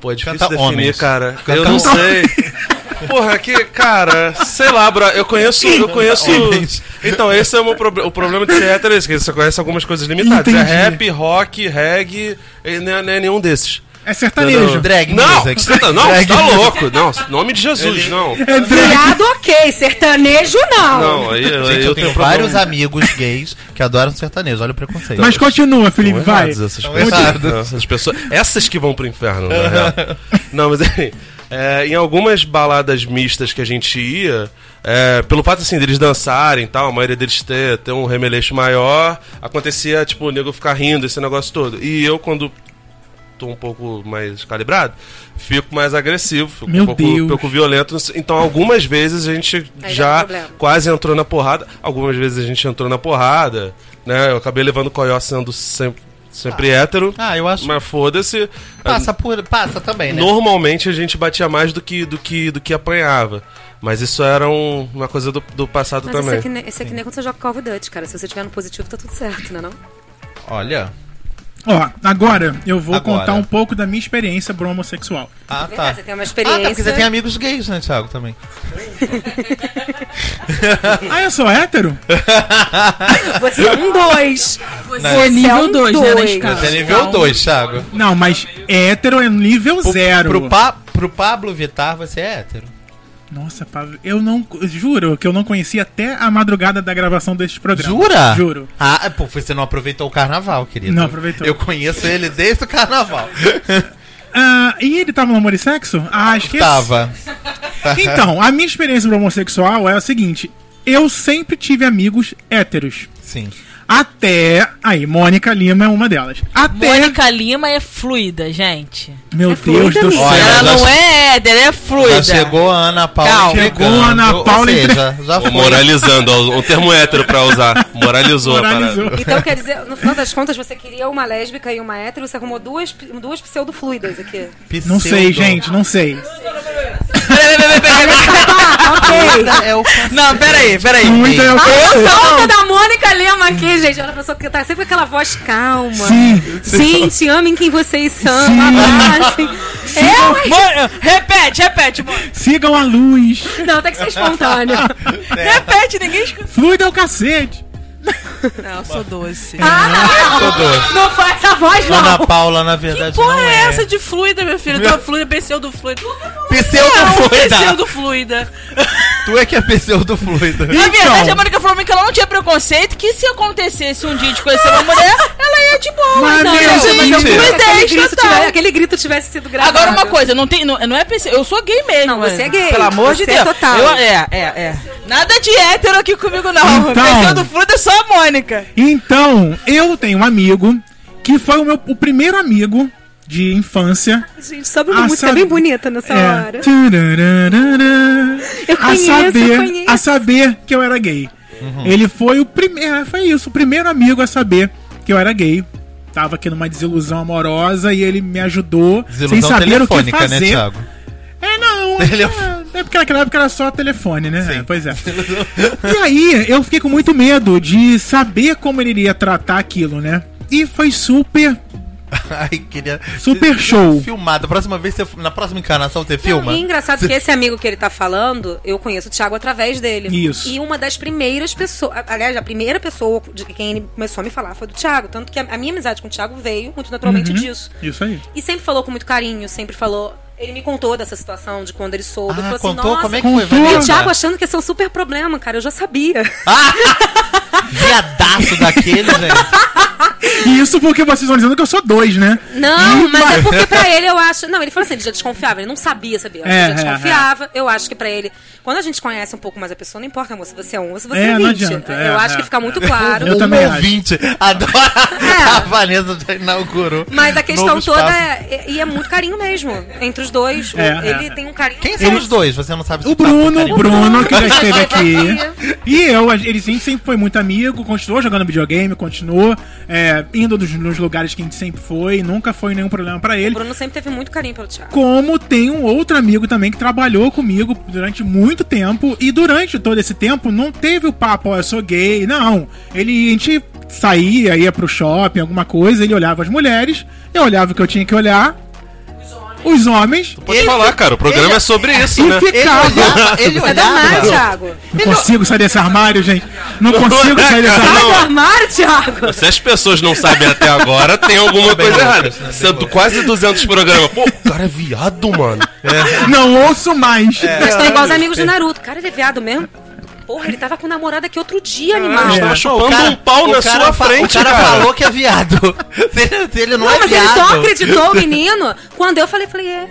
S5: Pô, é difícil
S2: Canta
S5: definir,
S2: homens.
S5: cara.
S2: Canta
S5: eu não
S2: homens.
S5: sei. Porra, que, cara, sei lá, bro, eu conheço, eu conheço.
S2: Homens.
S5: Então, esse é o, meu proble- o problema de ser hétero, é esse, que você conhece algumas coisas limitadas. É
S1: Entendi.
S5: rap, rock, reggae, e não é, não é nenhum desses.
S1: É sertanejo.
S2: Drag
S5: não,
S2: music.
S5: você tá, não,
S2: Drag
S5: você tá
S2: music.
S5: louco. Não, nome de Jesus, não.
S1: É drag.
S3: Viado, ok. Sertanejo, não.
S5: Não, aí, aí
S2: Gente, eu,
S5: eu
S2: tenho
S5: problema.
S2: vários amigos gays que adoram sertanejo. Olha o preconceito.
S1: Mas continua, Felipe,
S2: é
S5: Estão
S1: vai.
S5: errados Essas
S2: Estão
S5: pessoas,
S2: errados.
S5: Não, essas pessoas. Essas que vão pro inferno, na real. Não, mas enfim. é, em algumas baladas mistas que a gente ia, é, pelo fato assim deles dançarem e tal, a maioria deles ter, ter um remeleixo maior, acontecia, tipo, o nego ficar rindo, esse negócio todo. E eu, quando tô um pouco mais calibrado, fico mais agressivo, fico
S1: Meu
S5: um pouco,
S1: Deus.
S5: um pouco violento. Então, algumas vezes a gente
S3: Aí dá
S5: já
S3: problema.
S5: quase entrou na porrada. Algumas vezes a gente entrou na porrada, né? Eu acabei levando o coió sendo sempre, sempre hétero.
S2: Ah, eu acho-
S5: Mas foda-se. Ah,
S2: Passa, por, passa também, né?
S5: Normalmente a gente batia mais do que, do que, do que apanhava. Mas isso era um- uma coisa do, do passado
S3: Mas esse
S5: também.
S3: aqui, ne- esse aqui nem é quando você joga Call of Duty, cara. Se você tiver no positivo, tá tudo certo, né não?
S2: Olha.
S1: Ó, agora eu vou
S2: Agora.
S1: contar um pouco da minha experiência pro homossexual.
S2: Ah, tá.
S3: Verdade, você tem uma
S2: Ah,
S3: experiência.
S2: tá, porque você tem amigos gays, né, Thiago, também.
S1: Ah, eu sou hétero?
S3: Você é um dois. Você é um
S4: Não. é Nível dois, né, na escala.
S3: Ah,
S2: Você é nível 2, Thiago.
S1: Não, mas hétero é nível zero.
S2: Pro, pa, pro Pablo Vittar, você é hétero.
S1: Nossa, Pablo, eu não. eu Juro que eu não conhecia até a madrugada da gravação deste programa.
S2: Jura?
S1: Juro.
S2: Ah, pô, você não aproveitou o carnaval, querido.
S1: Não aproveitou.
S2: Eu conheço ele desde o carnaval.
S1: Ah, e ele tava no amor e sexo? Ah, esqueci.
S2: Tava.
S1: Então, a minha experiência pro homossexual é a seguinte: eu sempre tive amigos héteros.
S2: Sim.
S1: Até. Aí, Mônica Lima é uma delas. Até.
S4: Mônica Lima é fluida, gente.
S1: Meu
S3: É
S1: Deus
S3: fluida
S1: do
S3: mesmo.
S1: céu.
S2: Olha,
S4: Ela
S2: já
S4: não
S2: che-
S4: é éder, é fluida.
S2: Já chegou a Ana Paula.
S4: Calma.
S1: Chegou a
S2: entregando.
S1: Ana
S2: Ou
S1: Paula
S2: seja,
S1: entre-
S2: já foi.
S5: Moralizando, ó, um termo hétero pra usar. Moralizou, a
S1: Moralizou.
S5: parada.
S3: Então quer dizer, no final das contas, você queria uma lésbica e uma hétero, você arrumou duas, duas pseudo-fluidas aqui.
S1: Não sei,
S2: Pseudo.
S1: gente, não sei.
S4: peraí, peraí, peraí, peraí.
S2: Nada é o cacete.
S4: Não, peraí, peraí.
S1: Muito é o
S3: A
S1: cacete.
S3: falta da Mônica Lema aqui, gente. Olha a pessoa que tá sempre com aquela voz calma.
S1: Sim.
S3: Gente, amem quem vocês são. É, Abracem. Eu, hein?
S4: Mano, repete, repete, mano.
S1: Sigam a luz.
S3: Não, tem que ser espontâneo.
S4: Repete, ninguém escuta.
S1: Fluido é o cacete.
S4: Não, eu sou doce.
S3: Ah,
S2: Sou doce.
S3: não. Não faz essa voz,
S2: Ana
S3: não.
S2: Paula, na verdade,
S4: Porra,
S2: não
S4: é
S2: é.
S4: essa de fluida, meu filho? Tua fluida, pseudo-fluida.
S2: Pseudo-fluida.
S4: Pseudo-fluida.
S2: Tu é que é pseudo-fluida.
S4: Na verdade, a Mônica falou pra mim que ela não tinha preconceito, que se acontecesse um dia de conhecer uma mulher, ela ia de boa.
S1: Mas, é
S4: não,
S1: meu,
S4: não,
S1: gente,
S4: mas eu
S2: aquele
S4: fluidez
S3: aquele, grito
S4: total.
S3: tivesse, aquele grito tivesse sido gravado.
S4: tá. Agora uma coisa, não tem, não, não é PC, eu sou gay mesmo.
S3: Não, você
S4: mano.
S3: é gay.
S4: Pelo amor de
S3: Você é
S4: Deus.
S3: total.
S4: Eu- é, é, é. Nada de hétero aqui comigo não.
S1: Então.
S4: Pessoa do fruto é só a Mônica.
S1: Então, eu tenho um amigo que foi o meu o primeiro amigo de infância.
S3: Gente, sobe uma
S1: a
S3: música
S1: sab-
S3: bem bonita nessa
S1: Ah, É.
S3: hora.
S1: Turararara.
S3: Eu
S1: a
S3: conheço,
S1: saber,
S3: eu conheço.
S1: a saber que eu era gay.
S2: Uhum.
S1: Ele foi o primeiro, foi isso, o primeiro amigo a saber que eu era gay. Tava aqui numa desilusão amorosa e ele me ajudou sem
S2: Desilusão
S1: saber o que
S2: telefônica, né,
S1: fazer.
S2: Thiago?
S1: é não,
S2: Ele-
S1: é, é porque naquela época era só telefone, né? É, pois é. E aí, eu fiquei com muito medo de saber como ele iria tratar aquilo, né? E foi super
S2: Ai, queria.
S1: Super show.
S2: Filmado. Próxima vez, você... na próxima encarnação, você
S3: Não,
S2: filma?
S3: e engraçado que esse amigo que ele tá falando, eu conheço o Thiago através dele.
S1: Isso.
S3: E uma das primeiras pessoas, a- aliás, a primeira pessoa de quem ele começou a me falar foi do Thiago. Tanto que a a minha amizade com o Thiago veio muito
S2: Uhum.
S3: naturalmente disso.
S1: Isso aí.
S3: E sempre falou com muito carinho, sempre falou. Ele me contou dessa situação, de quando ele soube.
S2: Ah,
S3: falou assim,
S2: contou?
S3: nossa.
S2: Como é que
S1: Contou.
S2: foi? Vanessa?
S3: E o Thiago achando que esse é um super problema, cara. Eu já sabia.
S2: Viadaço daquele, gente.
S1: E isso porque vocês estão dizendo que eu sou dois, né?
S3: Não, mas é porque pra ele eu acho. Não, ele falou assim, ele já desconfiava, ele não sabia, sabia? Ele
S1: É,
S3: já
S1: é,
S3: desconfiava. Eu acho que pra ele. Quando a gente conhece um pouco mais a pessoa, não importa, amor, se você é um ou se você
S1: É,
S3: é,
S1: não
S3: 20.
S1: adianta, é,
S3: eu acho
S1: é.
S3: que fica muito claro.
S1: Eu também acho.
S2: ouvinte. Adora.
S3: É.
S2: A Vanessa já inaugurou.
S3: Mas a questão
S2: Novo
S3: toda
S2: espaço.
S3: é. E é muito carinho mesmo. Entre os dois.
S1: É,
S3: O- ele
S1: é.
S3: tem um carinho.
S2: Quem são
S1: Ele-
S2: os dois? Você não sabe
S1: O
S2: tá
S1: Bruno,
S2: com
S1: o Bruno, é
S3: Bruno,
S1: que já esteve
S3: aqui.
S1: aqui. E eu, a- ele sim, sempre foi muito amigo, continuou jogando videogame, continuou é, indo nos, nos lugares que a gente sempre foi, nunca foi nenhum problema pra
S3: O
S1: ele.
S3: Bruno sempre teve muito carinho pelo Thiago.
S1: Como tem um outro amigo também que trabalhou comigo durante muito tempo, e durante todo esse tempo não teve o papo, ó, eu sou gay, não. Ele, a gente saía, ia pro shopping, alguma coisa, ele olhava as mulheres, eu olhava o que eu tinha que olhar, os homens,
S5: Pode falar, cara, o programa é sobre isso, né?
S1: e
S2: Ele
S1: ficava.
S2: olhava, ele
S3: É da
S1: Ah,
S2: olhava.
S3: mar, Thiago.
S1: Não consigo sair desse armário, gente. Não consigo
S5: é,
S1: sair desse
S5: cara,
S1: armário.
S3: Sai
S5: Não.
S3: do armário, Thiago!
S5: Se as pessoas não sabem até agora, tem alguma coisa errada. Sendo quase 200 programas. Pô, o cara é viado, mano.
S1: Não ouço mais.
S3: Mas tô igual os amigos de Naruto. Cara, ele é viado mesmo. Porra, ele tava com namorada aqui outro dia, animal.
S5: Tava
S1: É.
S5: chupando
S2: O cara-
S5: um pau
S2: o
S5: na
S2: cara
S5: sua
S2: fa-
S5: frente,
S2: O
S5: cara.
S2: cara, falou que é viado. Se ele, se ele não,
S3: Não,
S2: é
S3: mas ele
S2: viado.
S3: só acreditou o menino quando eu falei, falei, é.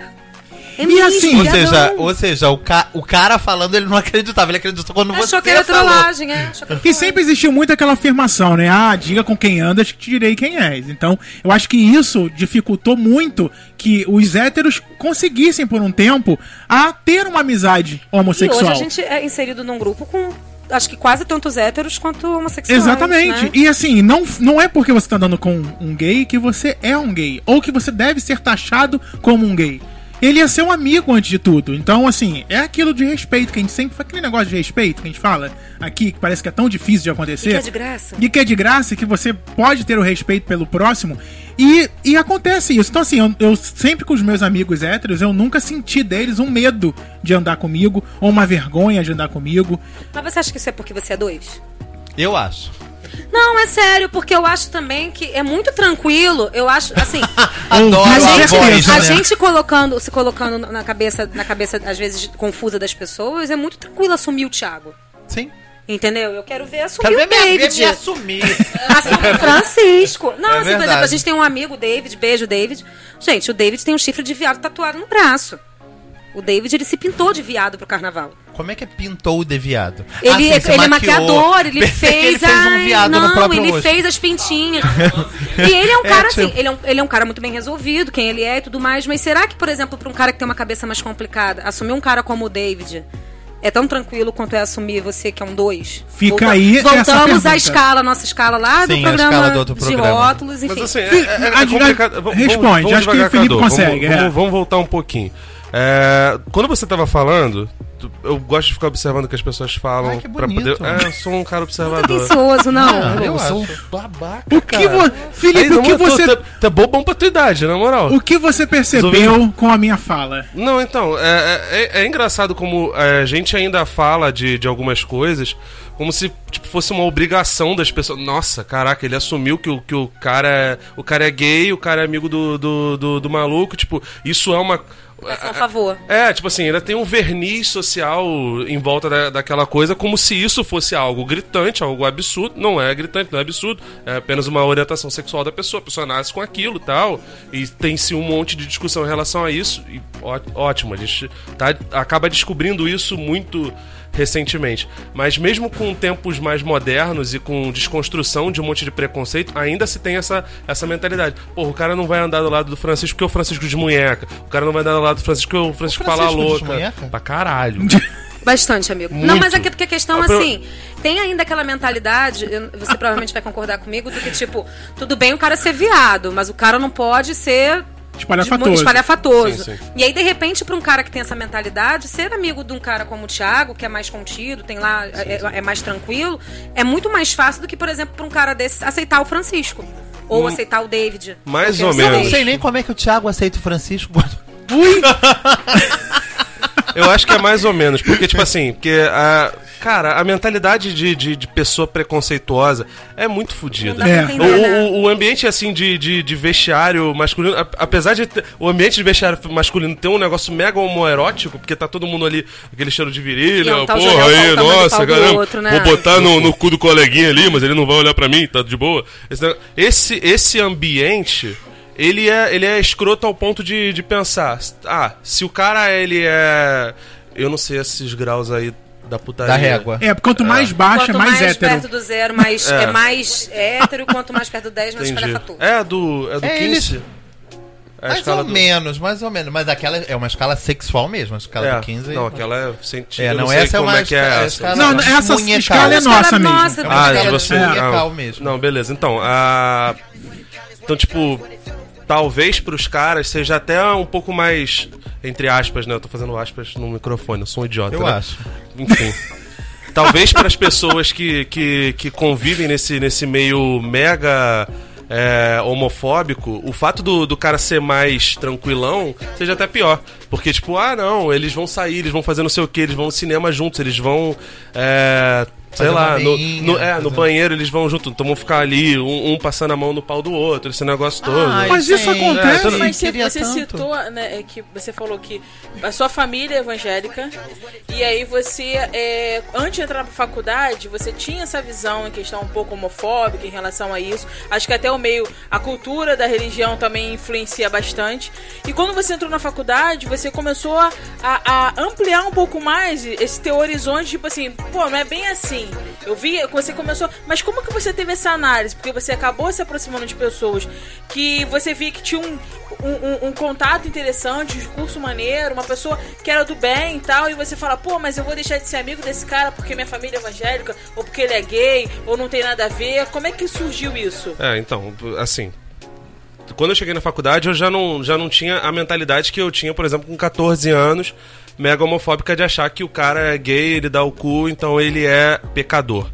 S3: É mesmo,
S1: assim,
S2: Ou
S3: viadão.
S2: seja, ou seja o, ca- o cara falando, ele não acreditava. Ele acreditou quando você
S3: Achou que era
S2: falou.
S3: trollagem, é. Achou que era
S1: E sempre existiu muito aquela afirmação, né? Ah, diga com quem andas que te direi quem és. Então, eu acho que isso dificultou muito que os héteros conseguissem, por um tempo, a ter uma amizade
S3: E hoje
S1: homossexual.
S3: a gente é inserido num grupo com acho que quase tantos héteros quanto homossexuais.
S1: Exatamente.
S3: né?
S1: E assim, não, não é porque você tá andando com um gay que você é um gay. Ou que você deve ser taxado como um gay. Ele ia ser um amigo antes de tudo. Então, assim, é aquilo de respeito que a gente sempre fala. Aquele negócio de respeito que a gente fala aqui, que parece que é tão difícil de
S3: E
S1: acontecer.
S3: que é de graça.
S1: E que é de graça, que você pode ter o respeito pelo próximo. E, e acontece isso. Então, assim, eu, eu sempre com os meus amigos héteros, eu nunca senti deles um medo de andar comigo, ou uma vergonha de andar comigo.
S3: Mas você acha que isso é porque você é dois?
S2: Eu acho.
S3: Não, é sério, porque eu acho também que é muito tranquilo. Eu acho, assim,
S2: Adoro
S1: Ouvi, com
S2: a, voz,
S1: certeza.
S2: né?
S3: a gente colocando, se colocando na cabeça, na cabeça às vezes confusa das pessoas, é muito tranquilo assumir o Thiago.
S2: Sim.
S3: Entendeu? Eu quero ver assumir
S2: Quero ver
S3: o
S2: minha- ver
S3: David.
S2: me assumir.
S3: Assim, Francisco. Não,
S2: É
S3: assim, por exemplo,
S2: verdade.
S3: a gente tem um amigo, David, beijo, David. Gente, o David tem um chifre de viado tatuado no braço. O David, ele se pintou de viado pro carnaval.
S2: Como é que é pintou o de viado?
S3: Ele,
S2: Ah, sim, se
S3: ele é
S2: maquiou.
S3: maquiador, ele
S2: Pensei
S3: fez,
S2: que ele fez um
S3: ai,
S2: viado
S3: não,
S2: no próprio
S3: ele
S2: rosto.
S3: fez as pintinhas. e ele é um
S2: É,
S3: cara,
S2: tipo-
S3: assim, ele é um, ele é um cara muito bem resolvido, quem ele é e tudo mais. Mas será que, por exemplo, pra um cara que tem uma cabeça mais complicada, assumir um cara como o David é tão tranquilo quanto é assumir você que é um dois?
S1: Fica aí essa
S3: Voltamos
S1: pergunta.
S3: à escala, nossa escala lá do
S2: Sim, a escala
S3: programa
S2: do outro
S3: de
S2: programa.
S3: rótulos, enfim.
S5: Mas assim, é, é- é
S1: a-
S5: complicado. V- vamos-
S1: responde,
S5: vamos
S1: acho que o
S5: devagar,
S1: Felipe
S5: Cadu.
S1: consegue,
S5: Vamos,
S1: é.
S5: vamos- vamos voltar um pouquinho. É, quando você tava falando, tu- eu gosto de ficar observando o que as pessoas falam.
S2: Ai, que
S5: pra
S2: bonito.
S5: poder- É, eu sou um cara observador.
S3: Atencioso, Tá não.
S2: Ah, eu
S5: você é um
S2: acho.
S5: babaca,
S1: O que
S5: cara.
S1: vo- Felipe,
S5: Aí,
S1: o que
S5: não, eu tô-
S1: você-
S5: tá- Tá bom bom pra tua idade, na moral.
S1: O que você percebeu com a minha fala?
S5: Não, então, é, é- é- é engraçado como é, a gente ainda fala de, de algumas coisas como se tipo, fosse uma obrigação das pessoas. Nossa, caraca, ele assumiu que o, que o, cara, é, o cara é gay, o cara é amigo do, do, do- do maluco. Tipo, isso é uma.
S3: Vai ser um favor.
S5: É, tipo assim, ainda tem um verniz social em volta da- daquela coisa, como se isso fosse algo gritante, algo absurdo. Não é gritante, não é absurdo. É apenas uma orientação sexual da pessoa. A pessoa nasce com aquilo e tal. E tem-se um monte de discussão em relação a isso. E ó- ótimo, a gente tá, acaba descobrindo isso muito recentemente. Mas mesmo com tempos mais modernos e com desconstrução de um monte de preconceito, ainda se tem essa, essa mentalidade. Porra, o cara não vai andar do lado do Francisco porque é o Francisco de munheca. O cara não vai andar do lado do Francisco porque é o Francisco, fala
S2: Francisco de
S5: louca.
S2: munheca?
S5: Pra caralho.
S3: Bastante, amigo.
S5: Muito.
S3: Não, mas aqui porque a questão
S5: Ah,
S3: é
S5: pro-
S3: assim, tem ainda aquela mentalidade, eu- você provavelmente vai concordar comigo, do que tipo, tudo bem o cara ser viado, mas o cara não pode ser
S1: Espalhafatoso.
S3: de- espalhafatoso.
S5: Sim, sim.
S3: E aí, de repente, pra um cara que tem essa mentalidade, ser amigo de um cara como o Thiago, que é mais contido, tem lá, é, é mais tranquilo, é muito mais fácil do que, por exemplo, pra um cara desse aceitar o Francisco. Ou aceitar o David.
S5: Hum. mais
S3: Porque assim,
S5: ou
S3: eu
S5: menos.
S2: Eu não sei nem como é que o Thiago aceita o Francisco.
S1: Ui!
S5: Eu acho que é mais ou menos, porque, tipo assim, porque a. Cara, a mentalidade de, de, de pessoa preconceituosa é muito
S3: Não
S5: fodida.
S3: dá
S1: É.
S3: pra entender, né?
S5: O, o, o ambiente, assim, de, de, de vestiário masculino, a- apesar de ter- o ambiente de vestiário masculino ter um negócio mega homoerótico, porque tá todo mundo ali, aquele cheiro de
S3: E é
S5: virilha,
S3: um tal de
S5: porra,
S3: olhar o
S5: aí,
S3: pau do
S5: nossa,
S3: pau do
S5: caramba,
S3: outro, né?
S5: vou botar no, no cu do coleguinha ali, mas ele não vai olhar pra mim, tá de boa. Esse, neg- esse, esse ambiente... Ele é, ele é escroto ao ponto de, de pensar, ah, se o cara, ele é... Eu não sei esses graus aí da putaria.
S2: Da régua.
S1: É, quanto mais baixa,
S3: Quanto
S1: mais, hétero.
S3: perto do zero, mais, é. mais hétero. Quanto mais perto do 10, mais
S5: Entendi.
S3: espalhafatoso.
S5: É do, é do
S2: É,
S5: 15?
S2: eles-
S5: É a
S2: mais
S5: escala
S2: ou
S5: do-
S2: menos, mais ou menos. Mas aquela é uma escala sexual mesmo, a escala
S5: É,
S2: do 15.
S5: Não, aquela é sentido.
S2: É,
S5: não,
S2: não,
S5: sei
S2: essa é
S5: como
S2: uma
S5: é que é
S2: escala-
S5: essa.
S2: escala-
S1: Não, essa
S2: Munheca.
S1: escala é
S3: Escala
S1: nossa, amigo.
S3: nossa.
S2: É uma
S5: Ah,
S2: escala
S5: de
S2: de
S5: você.
S2: munhecal
S5: ah,
S2: mesmo.
S5: Não, beleza. Então, a. Então, tipo, talvez pros caras seja até um pouco mais. Entre aspas, né? Eu tô fazendo aspas no microfone, eu sou um idiota.
S2: Eu
S5: né?
S2: acho.
S5: Enfim. Talvez para as pessoas que, que, que convivem nesse, nesse meio mega é, homofóbico, o fato do, do cara ser mais tranquilão seja até pior. Porque, tipo, ah, não, eles vão sair, eles vão fazer não sei o que, eles vão no cinema juntos, eles vão. é, sei
S2: Fazer
S5: lá,
S2: uma
S5: no,
S2: veinha,
S5: no- é, no
S2: fazer- um
S5: banheiro eles vão junto, então vão ficar ali, um, um passando a mão no pau do outro, esse negócio todo.
S2: Ah,
S1: Mas isso
S2: gente,
S1: acontece.
S2: eu
S4: Mas você,
S2: queria
S4: você
S2: tanto.
S4: citou, né, é que você falou que a sua família é evangélica, e aí você, é, antes de entrar pra faculdade, você tinha essa visão em questão um pouco homofóbica em relação a isso. Acho que até o meio, a cultura da religião também influencia bastante. E quando você entrou na faculdade, você começou a, a- a ampliar um pouco mais esse teu horizonte, tipo assim, pô, não é bem assim. Eu vi, você começou. Mas como que você teve essa análise? Porque você acabou se aproximando de pessoas que você via que tinha um, um, um- um contato interessante, um discurso maneiro, uma pessoa que era do bem e tal, e você fala, pô, mas eu vou deixar de ser amigo desse cara porque minha família é evangélica, ou porque ele é gay, ou não tem nada a ver. Como é que surgiu isso?
S5: É, então, assim. Quando eu cheguei na faculdade, eu já não, já não tinha a mentalidade que eu tinha, por exemplo, com 14 anos, mega homofóbica, de achar que o cara é gay, ele dá o cu, então ele é pecador.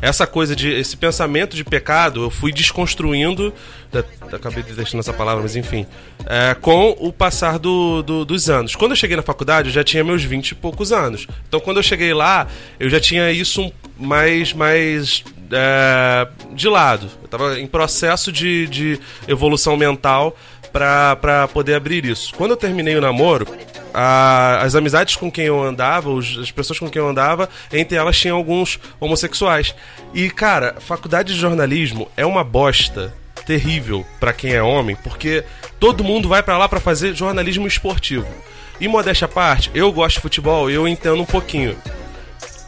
S5: Essa coisa de. Esse pensamento de pecado, eu fui desconstruindo. da- Acabei deixando essa palavra, mas enfim. é, com o passar do, do- dos anos. Quando eu cheguei na faculdade, eu já tinha meus 20 e poucos anos. Então, quando eu cheguei lá, eu já tinha isso um- mais, mais é, de lado. Eu tava em processo de, de evolução mental pra, pra poder abrir isso. Quando eu terminei o namoro, a- as amizades com quem eu andava, os- as pessoas com quem eu andava, entre elas tinham alguns homossexuais. E, cara, faculdade de jornalismo é uma bosta terrível pra quem é homem, porque todo mundo vai pra lá pra fazer jornalismo esportivo. E modéstia à parte, eu gosto de futebol, eu entendo um pouquinho.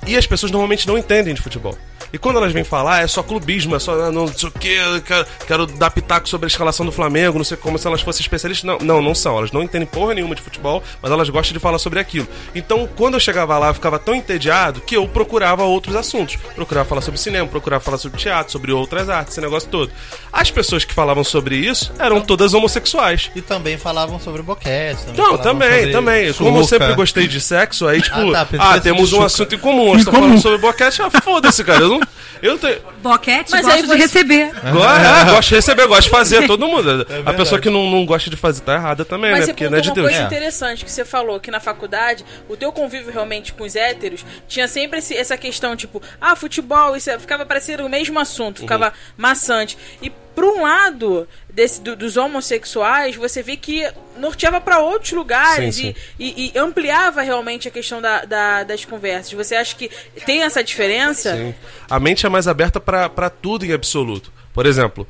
S5: E as pessoas normalmente não entendem de futebol. E quando elas vêm falar, é só clubismo, é só ah, não, não sei o quê, eu quero, quero dar pitaco sobre a escalação do Flamengo, não sei como se elas fossem especialistas. Não, não, não são. Elas não entendem porra nenhuma de futebol, mas elas gostam de falar sobre aquilo. Então, quando eu chegava lá, eu ficava tão entediado que eu procurava outros assuntos. Procurava falar sobre cinema, procurava falar sobre teatro, sobre outras artes, esse negócio todo. As pessoas que falavam sobre isso eram todas homossexuais.
S2: E também falavam sobre boquete.
S5: Não,
S2: falavam
S5: Então, também,
S2: sobre
S5: também. Como eu
S2: Xuca.
S5: sempre gostei de sexo, aí, tipo,
S2: Ah, tá,
S5: ah,
S2: pensei que
S5: temos
S2: de
S5: um
S2: Xuca.
S5: assunto em comum. Nós
S1: Em
S5: estamos falando
S1: comum.
S5: sobre boquete, ah, foda-se, cara. Eu não. Eu não tenho.
S3: Boquete, Mas
S4: Mas
S3: gosto
S4: aí
S3: de
S4: você-
S3: receber.
S5: Go- é, gosto de receber, gosto de fazer, todo mundo. a pessoa que não, não gosta de fazer tá errada também,
S4: Mas
S5: né?
S4: você
S5: Porque
S4: contou
S5: não é de
S4: uma
S5: Deus.
S4: coisa
S2: É.
S4: interessante que você falou, que na faculdade, o teu convívio realmente com os héteros tinha sempre esse- essa questão, tipo, ah, futebol, isso é- ficava parecendo o mesmo assunto,
S5: Uhum.
S4: ficava maçante. E por um lado desse, do- dos homossexuais, você vê que norteava para outros lugares
S5: Sim,
S4: e-
S5: sim.
S4: E, e ampliava realmente a questão da- da- das conversas. Você acha que tem essa diferença?
S5: Sim. A mente é mais aberta pra pra tudo em absoluto. Por exemplo,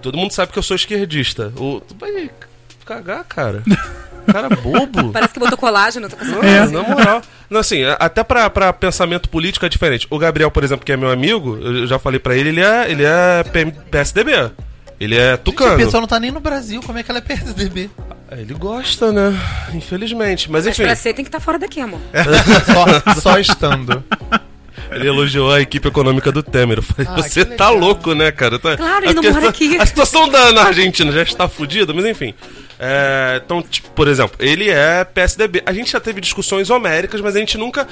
S5: todo mundo sabe que eu sou esquerdista. O, tu vai cagar, cara. Cara bobo.
S3: Parece que botou colágeno, tô
S5: Não,
S3: pensando.
S1: É.
S5: Na moral. Não, assim, a- até pra, pra pensamento político é diferente. O Gabriel, por exemplo, que é meu amigo, eu já falei pra ele, ele é, ele é PM PSDB. Ele é
S2: Gente, a
S5: tucano.
S2: pessoa não tá nem no Brasil, como é que ela é PSDB?
S5: Ele gosta, né? Infelizmente. Mas
S3: Mas
S5: enfim,
S3: pra ser tem que estar fora daqui, amor.
S2: só, só estando.
S5: ele elogiou a equipe econômica do Temer. Eu falei,
S2: Ah,
S5: você
S2: que
S5: tá
S2: legal.
S5: louco, né, cara? Tá-
S3: Claro,
S5: é
S3: ele não
S5: porque
S3: mora
S5: tá-
S3: aqui.
S5: A situação da, na Argentina já está fodida, mas enfim. É, então, tipo, por exemplo, ele é PSDB. A gente já teve discussões homéricas, mas a gente nunca.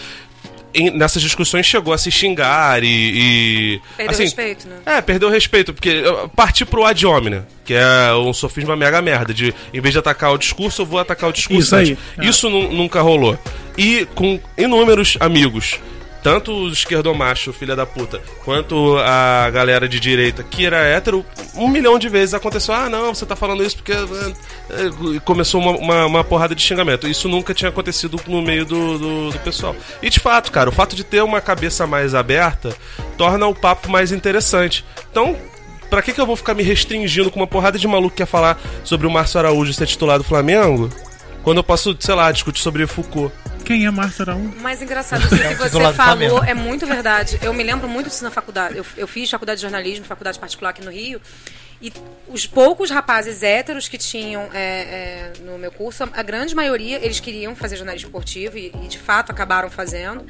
S5: em- nessas discussões chegou a se xingar e. e
S3: Perdeu o respeito, né?
S5: É, perdeu o respeito, porque uh, partir pro ad hominem, que é um sofisma mega merda, de em vez de atacar o discurso, eu vou atacar o discurso.
S1: Isso aí. é.
S5: antes. Isso nu- nunca rolou. E com inúmeros amigos, tanto o esquerdomacho, filha da puta, quanto a galera de direita que era hétero, um milhão de vezes aconteceu: ah, não, você tá falando isso porque. eh, eh, começou uma, uma- uma porrada de xingamento. Isso nunca tinha acontecido no meio do, do- do pessoal. E de fato, cara, o fato de ter uma cabeça mais aberta torna o papo mais interessante. Então, Pra que, que eu vou ficar me restringindo com uma porrada de maluco que quer falar sobre o Márcio Araújo ser titular do Flamengo? Quando eu posso, sei lá, discutir sobre Foucault.
S1: Quem é Márcio Araújo?
S3: Mas engraçado, isso que
S2: do lado
S3: você
S2: do Flamengo.
S3: falou é muito verdade. Eu me lembro muito disso na faculdade. Eu, eu fiz faculdade de jornalismo, faculdade particular aqui no Rio. E os poucos rapazes héteros que tinham é, é, no meu curso, a grande maioria, eles queriam fazer jornalismo esportivo e, e, de fato acabaram fazendo.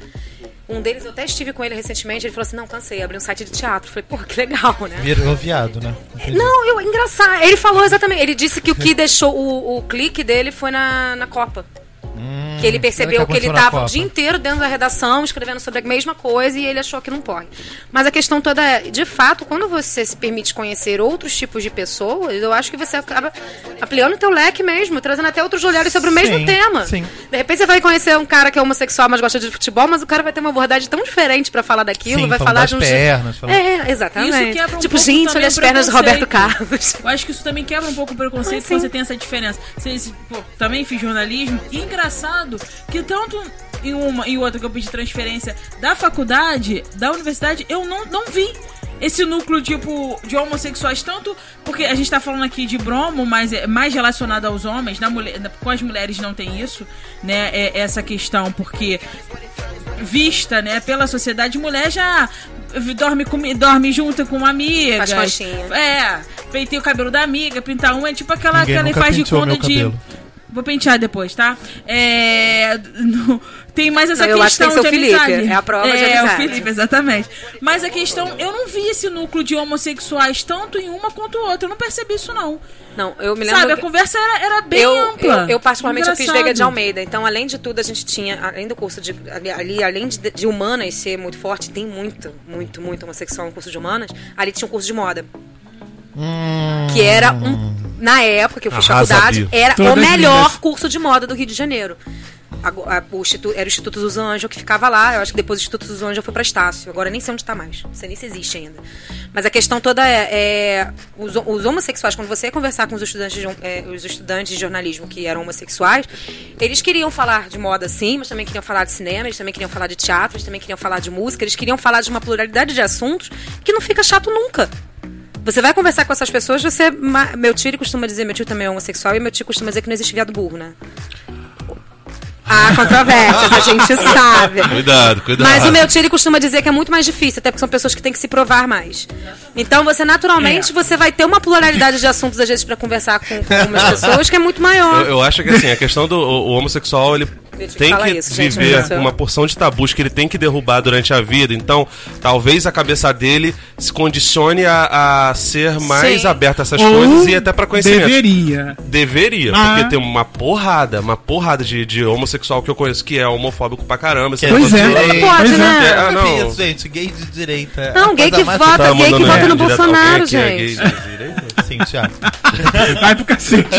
S3: Um deles, eu até estive com ele recentemente, ele falou assim, não, cansei, abri um site de teatro. Eu Falei, porra, que legal, né?
S2: Virou viado, né? Entendi.
S3: Não, eu, engraçado. Ele falou exatamente. Ele disse que o que deixou o, o clique dele foi na, na Copa. que ele percebeu
S2: será
S3: que,
S2: Hum, é que
S3: ele
S2: aconteceu na
S3: estava o
S2: Copa?
S3: dia inteiro dentro da redação, escrevendo sobre a mesma coisa, e ele achou que não pode. Mas a questão toda é, de fato, quando você se permite conhecer outros tipos de pessoas, eu acho que você acaba ampliando o teu leque mesmo, trazendo até outros olhares sobre o mesmo
S2: Sim,
S3: tema.
S2: sim.
S3: De repente você vai conhecer um cara que é homossexual, mas gosta de futebol, mas o cara vai ter uma abordagem tão diferente para falar daquilo,
S2: Sim,
S3: vai
S2: falando
S3: falar
S2: das
S3: de um jeito-
S2: pernas, falando-
S3: É, exatamente.
S4: Isso quebra um
S3: tipo,
S4: pouco
S3: gente,
S4: também
S3: olha as
S4: o
S3: pernas do Roberto
S4: preconceito.
S3: Carlos.
S4: Eu acho que isso também quebra um pouco o preconceito
S3: Ah, sim.
S4: quando você tem essa diferença. Vocês, pô, também fiz jornalismo. E engraçado que tanto em uma e outra que eu pedi transferência da faculdade, da universidade, eu não, não vi esse núcleo tipo de homossexuais tanto porque a gente tá falando aqui de bromo, mas é mais relacionado aos homens, na mulher, na- com as mulheres não tem isso, né? É essa questão porque vista, né, pela sociedade, mulher já dorme com, dorme junto com amigas.
S3: Faz coxinha.
S4: É, pentei o cabelo da amiga, pintar um, é tipo aquela
S2: Ninguém
S4: aquela que
S2: nunca
S4: faz de
S2: penteou
S4: conta
S2: meu
S4: de.
S2: cabelo.
S4: Vou pentear depois, tá? É. não- tem mais essa
S3: Não, eu acho que
S4: questão
S3: tem que ser o
S4: de
S3: Felipe,
S4: amizade.
S3: é a prova
S4: é,
S3: de amizade.
S4: o Felipe, exatamente. Mas a questão, eu não vi esse núcleo de homossexuais tanto em uma quanto outra. Eu não percebi isso, não.
S3: Não, eu me lembro.
S4: Sabe, a
S3: que-
S4: conversa era, era bem
S3: eu,
S4: ampla.
S3: Eu, eu particularmente, eu fiz
S4: Engraçado.
S3: Veiga de Almeida. Então, além de tudo, a gente tinha, além do curso de. Ali, ali- além de, de humanas ser muito forte, tem muito, muito, muito homossexual no curso de humanas. Ali tinha um curso de moda. Que era um. Na época que eu fiz
S5: Arrasa,
S3: faculdade,
S5: Bia.
S3: era
S1: Todas
S3: o melhor
S1: lindas.
S3: curso de moda do Rio de Janeiro. Ago- a- o Institu- era o Instituto dos Anjos que ficava lá. Eu acho que depois o Instituto dos Anjos foi pra Estácio. Agora nem sei onde tá mais. Não sei nem se existe ainda. Mas a questão toda é. é, os, ho- os homossexuais, quando você ia conversar com os estudantes, de, jor- é, os estudantes de jornalismo que eram homossexuais, eles queriam falar de moda sim, mas também queriam falar de cinema, eles também queriam falar de teatro, eles também queriam falar de música, eles queriam falar de uma pluralidade de assuntos que não fica chato nunca. Você vai conversar com essas pessoas, você. é ma- Meu tio ele costuma dizer, meu tio também é homossexual, e meu tio costuma dizer que não existe viado burro, né? Há controvérsias, a gente sabe.
S5: Cuidado, cuidado.
S3: Mas o meu tio ele costuma dizer que é muito mais difícil, até porque são pessoas que têm que se provar mais. Então você naturalmente
S1: É.
S3: você vai ter uma pluralidade de assuntos às vezes pra conversar com, com algumas pessoas que é muito
S5: Eu,
S3: maior.
S5: eu acho que assim, a questão do o, o homossexual, ele
S3: Eu te
S5: tem
S3: falo
S5: que
S3: isso, gente,
S5: viver
S3: mas eu-
S5: uma porção de tabus que ele tem que derrubar durante a vida. Então, talvez a cabeça dele se condicione a, a ser mais
S3: Sim.
S5: aberta a essas
S1: Ou
S5: coisas e até pra conhecimento.
S1: Deveria.
S5: Deveria,
S1: Ah.
S5: porque tem uma porrada, uma porrada de, de homossexual que eu conheço que é homofóbico pra caramba. esse
S1: Pois
S5: negócio
S1: é.
S5: todo.
S2: Ei,
S3: Pode,
S1: pois é.
S3: né?
S5: É, ah,
S2: Eu vi
S5: não.
S2: isso, gente. Gay de direita.
S3: Não,
S2: A
S3: gay
S2: coisa
S3: que
S2: mais-
S3: vota.
S5: Tá
S3: gay que
S5: mandando,
S3: vota
S5: é,
S3: no
S5: direto-
S3: Bolsonaro,
S5: alguém aqui é
S3: gente.
S5: gay de direita?
S2: Sim, Thiago. é.
S1: Vai pro cacete.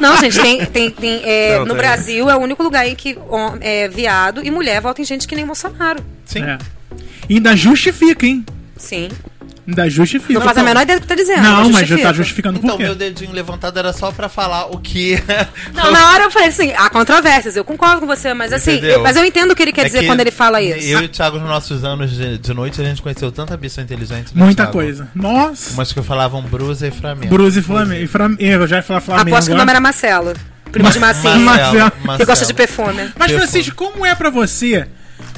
S3: Não, gente, tem. tem- tem, é,
S5: Não,
S3: no
S5: tem.
S3: Brasil é o único lugar em que hom- é, viado e mulher votam em gente que nem Bolsonaro.
S2: Sim.
S1: É. E ainda justifica, hein?
S3: Sim.
S1: Ainda justifica.
S3: Não faz a menor ideia do que tá dizendo.
S1: Não, mas já tá justificando por
S2: Então,
S1: quê?
S2: meu dedinho levantado era só pra falar o que. Então,
S3: Não, na hora eu falei assim, há controvérsias, eu concordo com você, mas assim,
S2: Entendeu?
S3: eu- mas eu entendo o que ele quer
S2: É
S3: dizer
S2: que
S3: quando ele fala isso.
S2: Eu e o Thiago, nos nossos anos de, de noite, a gente conheceu tanta bicha inteligente. né,
S1: Muita
S2: Thiago?
S1: coisa. Nossa.
S2: Umas que falavam brusa e flamengo.
S1: Bruce e Flamengo. E Flam- Eu já ia falar Flamengo.
S3: Aposto que o nome
S1: agora.
S3: era Marcelo. Primo de Marcinho.
S1: Marcelo.
S3: Que gosta de perfume.
S1: Mas,
S5: Tipo,
S1: Francisco, como é pra você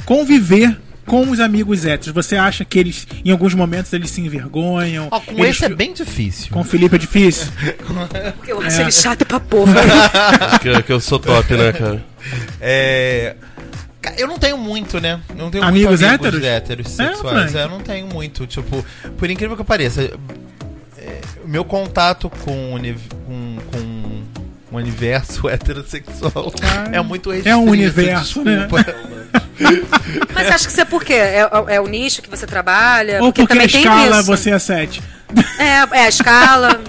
S1: conviver com os amigos héteros? Você acha que eles, em alguns momentos, eles se envergonham?
S2: Ó, com
S1: Eles
S2: esse é
S1: fi-
S2: bem difícil.
S1: Com o Felipe é difícil?
S3: Porque eu acho ele chato pra porra.
S5: que, que eu sou top, né, cara?
S2: É. ca- Eu não tenho muito, né? Eu Não tenho
S1: Amigos
S2: muito
S1: héteros?
S2: héteros
S1: É,
S2: sexuais.
S1: Frank?
S2: eu não tenho muito. Tipo, por incrível que pareça, é, o meu contato com, o uni- com, com o universo heterossexual é muito restrito.
S1: um universo, né?
S2: desculpa.
S3: Mas acho que isso é por quê? É, é o nicho que você trabalha?
S1: Ou porque a
S3: também tem
S1: escala
S3: isso.
S1: você é 7?
S3: É, é a escala.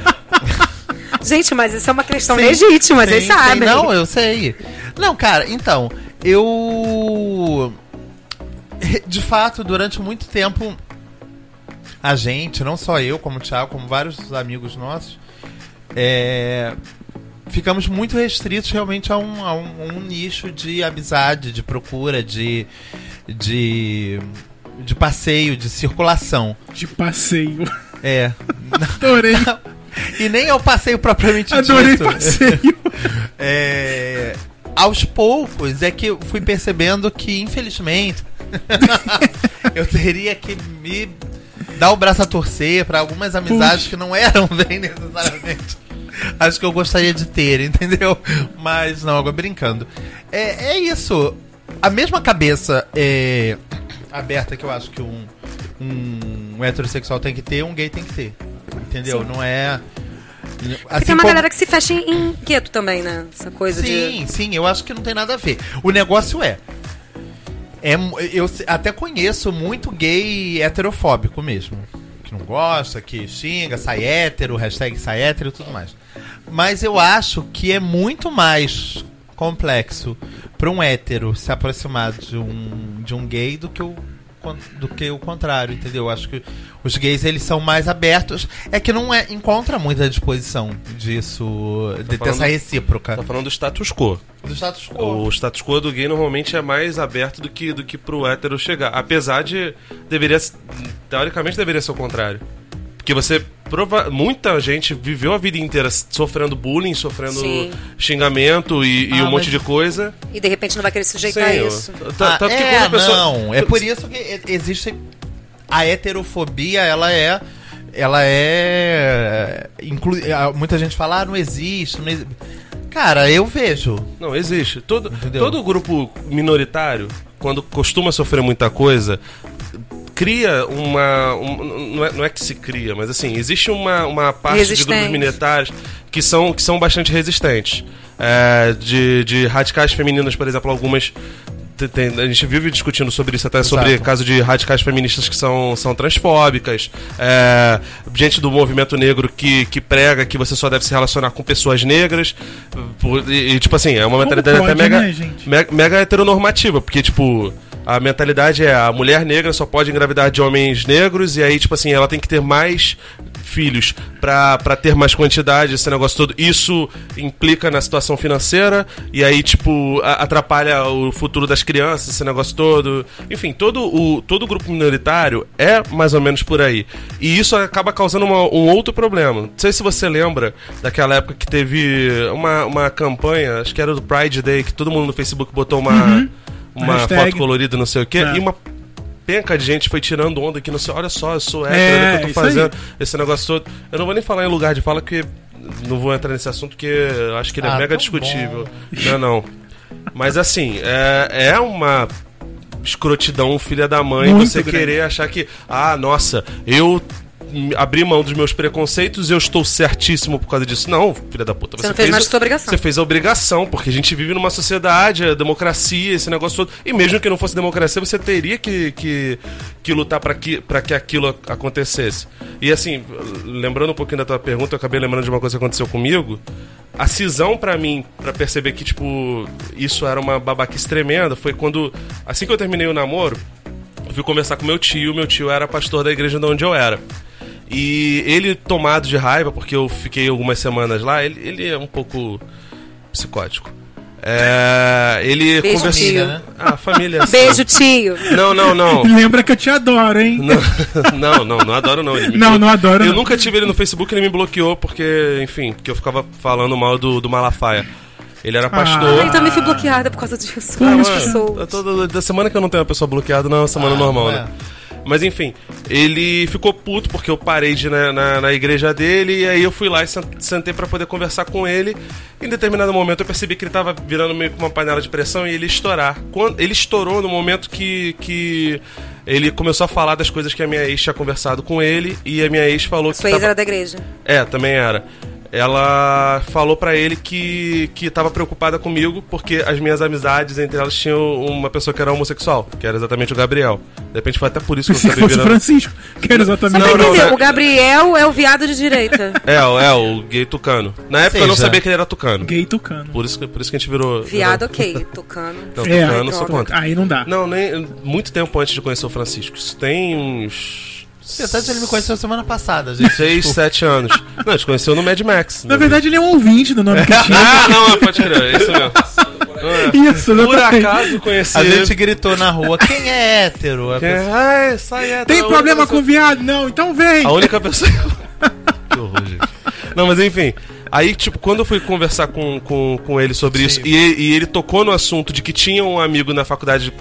S3: Gente, mas isso é uma questão
S2: Sim,
S3: legítima,
S2: Sim,
S3: vocês
S2: sim,
S3: sabem.
S2: Não, eu sei. Não, cara, então, eu. De fato, durante muito tempo, a gente, não só eu, como o Thiago, como vários amigos nossos, é, ficamos muito restritos realmente a um, a um- um nicho de amizade, de procura, de. de. de passeio, de circulação.
S1: De passeio.
S2: É.
S1: Adorei.
S2: e nem é o passeio propriamente
S1: Adorei
S2: dito.
S1: passeio.
S2: É, aos poucos é que eu fui percebendo que, infelizmente, eu teria que me dar o braço a torcer pra algumas amizades que não eram bem necessariamente. Acho que eu gostaria de ter, entendeu? Mas não, agora brincando. É, é isso. A mesma cabeça é, aberta que eu acho que um, um heterossexual tem que ter, um gay tem que ter. Entendeu? Não é.
S3: Porque
S2: assim
S3: tem uma
S2: como-
S3: galera que se fecha em, em gueto também, né? Essa coisa de.
S2: Sim, sim, eu acho que não tem nada a ver. O negócio é. é mu- eu se- até conheço muito gay heterofóbico mesmo. Que não gosta, que xinga, sai hétero, hashtag sai hétero e tudo mais. Mas eu acho que é muito mais complexo pra um hétero se aproximar de um, de um gay do que o con- do que o contrário, entendeu? Eu acho que os gays eles são mais abertos, é que não é, encontra muita disposição disso, de,
S5: falando-
S2: dessa recíproca.
S5: Tá falando do status quo.
S2: Do status quo.
S5: O status quo do gay normalmente é mais aberto do que, do que pro hétero chegar. Apesar de. Deveria. Teoricamente deveria ser o contrário. Porque você. Prova muita gente viveu a vida inteira sofrendo bullying, sofrendo
S3: Sim.
S5: xingamento e, e
S2: Ah,
S5: um monte
S2: mas-
S5: de coisa.
S3: E de repente não vai querer se sujeitar a
S5: Sim,
S3: isso.
S5: eu- tá- tanto
S2: Ah,
S5: que
S2: é,
S5: quando a pessoa-
S2: não. É por isso que e- existe a heterofobia, ela é ela é inclui, ah, muita gente fala, ah, não existe, não exi-". Cara, eu vejo.
S5: Não, existe. Todo,
S2: Entendeu?
S5: todo grupo minoritário, quando costuma sofrer muita coisa, cria uma. um- não, é, não é que se cria, mas assim, existe uma, uma parte de grupos
S3: Resistente.
S5: minoritários que são, que são bastante resistentes. É, de, de radicais femininas, por exemplo, algumas. te- tem- a gente vive discutindo sobre isso, até sobre caso de radicais feministas que são, são transfóbicas, é, gente do movimento negro que, que prega que você só deve se relacionar com pessoas negras. por- e, e, tipo assim, é uma mentalidade
S1: pode,
S5: até mega,
S1: né, gente?
S5: me- mega heteronormativa, porque, tipo, a mentalidade é a mulher negra só pode engravidar de homens negros, e aí, tipo assim, ela tem que ter mais filhos pra pra ter mais quantidade, esse negócio todo. Isso implica na situação financeira e aí, tipo, a- atrapalha o futuro das crianças, esse negócio todo. Enfim, todo o, todo o grupo minoritário é mais ou menos por aí. E isso acaba causando uma- um outro problema. Não sei se você lembra daquela época que teve uma, uma campanha, acho que era do Pride Day, que todo mundo no Facebook botou uma, uma
S1: Uhum. Hashtag.
S5: foto colorida, não sei o quê,
S1: É.
S5: e uma penca de gente foi tirando onda aqui, não sei, olha só, eu sou
S1: É,
S5: hétero, olha o que eu tô
S1: isso aí.
S5: fazendo, esse negócio todo. Eu não vou nem falar em lugar de fala, porque não vou entrar nesse assunto, porque eu acho que ele é
S2: Ah,
S5: mega
S2: tão
S5: discutível. Não, é não. Mas assim, é, é uma escrotidão filha da mãe
S1: Muito
S5: você
S1: grande.
S5: querer achar que, ah, nossa, eu m- abri mão dos meus preconceitos, eu estou certíssimo por causa disso. Não, filha da puta,
S3: Você não fez mais que sua obrigação.
S5: Você fez a obrigação, porque a gente vive numa sociedade, a democracia, esse negócio todo. E mesmo que não fosse democracia, você teria que, que, que lutar para que, pra que aquilo ac- acontecesse. E assim, lembrando um pouquinho da tua pergunta, eu acabei lembrando de uma coisa que aconteceu comigo. A cisão pra mim, pra perceber que, tipo, isso era uma babaquice tremenda, foi quando, assim que eu terminei o namoro, eu fui conversar com meu tio, meu tio era pastor da igreja de onde eu era. E ele, tomado de raiva, porque eu fiquei algumas semanas lá, ele, ele é um pouco psicótico. É, ele
S3: Beijo,
S5: conversou.
S3: tio.
S5: Ah, família. é assim.
S3: Beijo, tio.
S5: Não, não, não.
S1: Lembra que eu te adoro, hein?
S5: Não, não, não adoro não. Ele me
S1: Não,
S5: blo-
S1: não adoro,
S5: Eu
S1: não.
S5: nunca tive ele no Facebook, ele me bloqueou porque, enfim, porque eu ficava falando mal do, do Malafaia. Ele
S1: Ah.
S5: era pastor.
S3: então Eu também fui bloqueada por causa disso.
S5: Ah,
S3: Várias
S2: é?
S5: mano,
S3: pessoas.
S5: eu tô- tô- da semana que eu não tenho uma pessoa bloqueada, não é uma semana
S2: Ah,
S5: normal,
S2: é.
S5: né? Mas enfim, ele ficou puto porque eu parei de ir na, na, na igreja dele e aí eu fui lá e sen- sentei pra poder conversar com ele. Em determinado momento eu percebi que ele tava virando meio que uma panela de pressão e ele estourar. Quando, ele estourou no momento que, que ele começou a falar das coisas que a minha ex tinha conversado com ele e a minha ex falou que
S3: Sua ex
S5: tava-
S3: era da igreja.
S5: é, também era. Ela falou pra ele que, que tava preocupada comigo porque as minhas amizades entre elas tinham uma pessoa que era homossexual, que era exatamente o Gabriel. De repente foi até por isso que eu
S1: Se
S5: acabei
S1: fosse o
S5: virando.
S1: Francisco, que era exatamente
S5: Não,
S1: isso.
S5: não,
S3: Entendeu?
S2: né?
S5: não.
S3: O Gabriel é o viado de direita.
S5: É, o- é, o gay tucano. Na época eu não
S2: Seja.
S5: sabia que ele era tucano.
S1: Gay tucano.
S5: Por isso, que- por isso que a gente virou.
S3: Viado,
S5: virou-
S3: ok. Tocando.
S5: Não,
S1: É,
S5: tucano, eu sou
S3: droga.
S5: contra.
S1: Aí não dá.
S5: Não, nem. Muito tempo antes de conhecer o Francisco. Isso tem uns.
S2: Apesar de ele me conheceu semana passada, gente.
S5: Seis, sete anos. Não, a gente conheceu no Mad Max.
S1: Na
S5: né?
S1: verdade, ele é um ouvinte do nome que tinha.
S5: Ah, não, pode crer, é isso mesmo. Ah,
S1: Isso,
S5: Por
S1: exatamente.
S5: acaso conheci.
S2: A gente gritou na rua, quem é hétero? A
S5: Que-
S2: pessoa-
S5: Ai, sai, é,
S1: Tem
S5: a
S1: problema
S5: única
S1: com viado? Não, então vem.
S5: pessoa- A única pessoa. que horror, gente. Não, mas enfim. Aí, tipo, quando eu fui conversar com, com, com ele sobre isso, e, ele- e ele tocou no assunto de que tinha um amigo na faculdade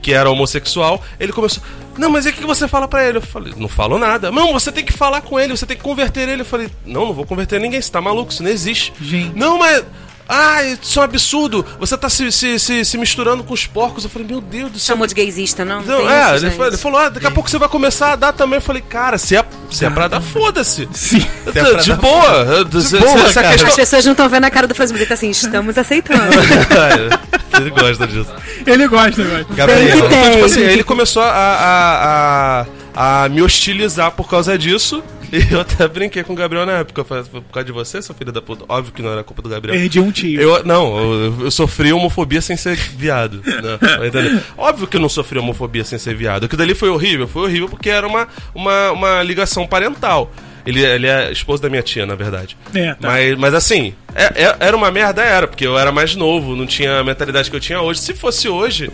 S5: que era homossexual, ele começou. Não, mas e o que você fala pra ele? Eu falei, não falo nada. Não, você tem que falar com ele, você tem que converter ele. Eu falei, não, não vou converter ninguém, você tá maluco, isso não existe.
S1: Gente.
S5: Não, mas. Ah, isso é um absurdo! Você tá se, se, se, se misturando com os porcos. Eu falei, meu Deus do céu,
S3: Chamou de gaysista, não?
S5: Não,
S3: Tem
S5: é,
S3: isso,
S5: ele,
S3: gente.
S5: falou, ele falou, ah, daqui a pouco você vai começar a dar também. Eu falei, cara, se é, se é pra dar, foda-se.
S1: Sim.
S5: Eu
S2: Se é
S5: tô-
S2: pra
S5: de
S2: dar,
S5: boa. eu- se- se-
S2: boa,
S5: essa
S2: cara.
S3: As
S5: questão-
S3: pessoas não estão vendo a cara do Francisco, mas ele tá assim, estamos aceitando.
S5: É, Ele gosta disso.
S1: Ele gosta, velho.
S2: Gabriel.
S5: Então, tipo assim, aí ele começou a, a, a, a me hostilizar por causa disso. E eu até brinquei com o Gabriel na época. eu falei, Foi por causa de você, seu filho da puta. Óbvio que não era culpa do Gabriel.
S1: Perdi um tio.
S5: Eu, não, eu, eu sofri homofobia sem ser viado. né? Vai entender. Óbvio que eu não sofri homofobia sem ser viado. Aquilo dali foi horrível, foi horrível porque era uma, uma, uma ligação parental. Ele, ele é esposo da minha tia, na verdade.
S1: É, tá.
S5: mas, mas assim, é- é- era uma merda, era, porque eu era mais novo, não tinha a mentalidade que eu tinha hoje. Se fosse hoje,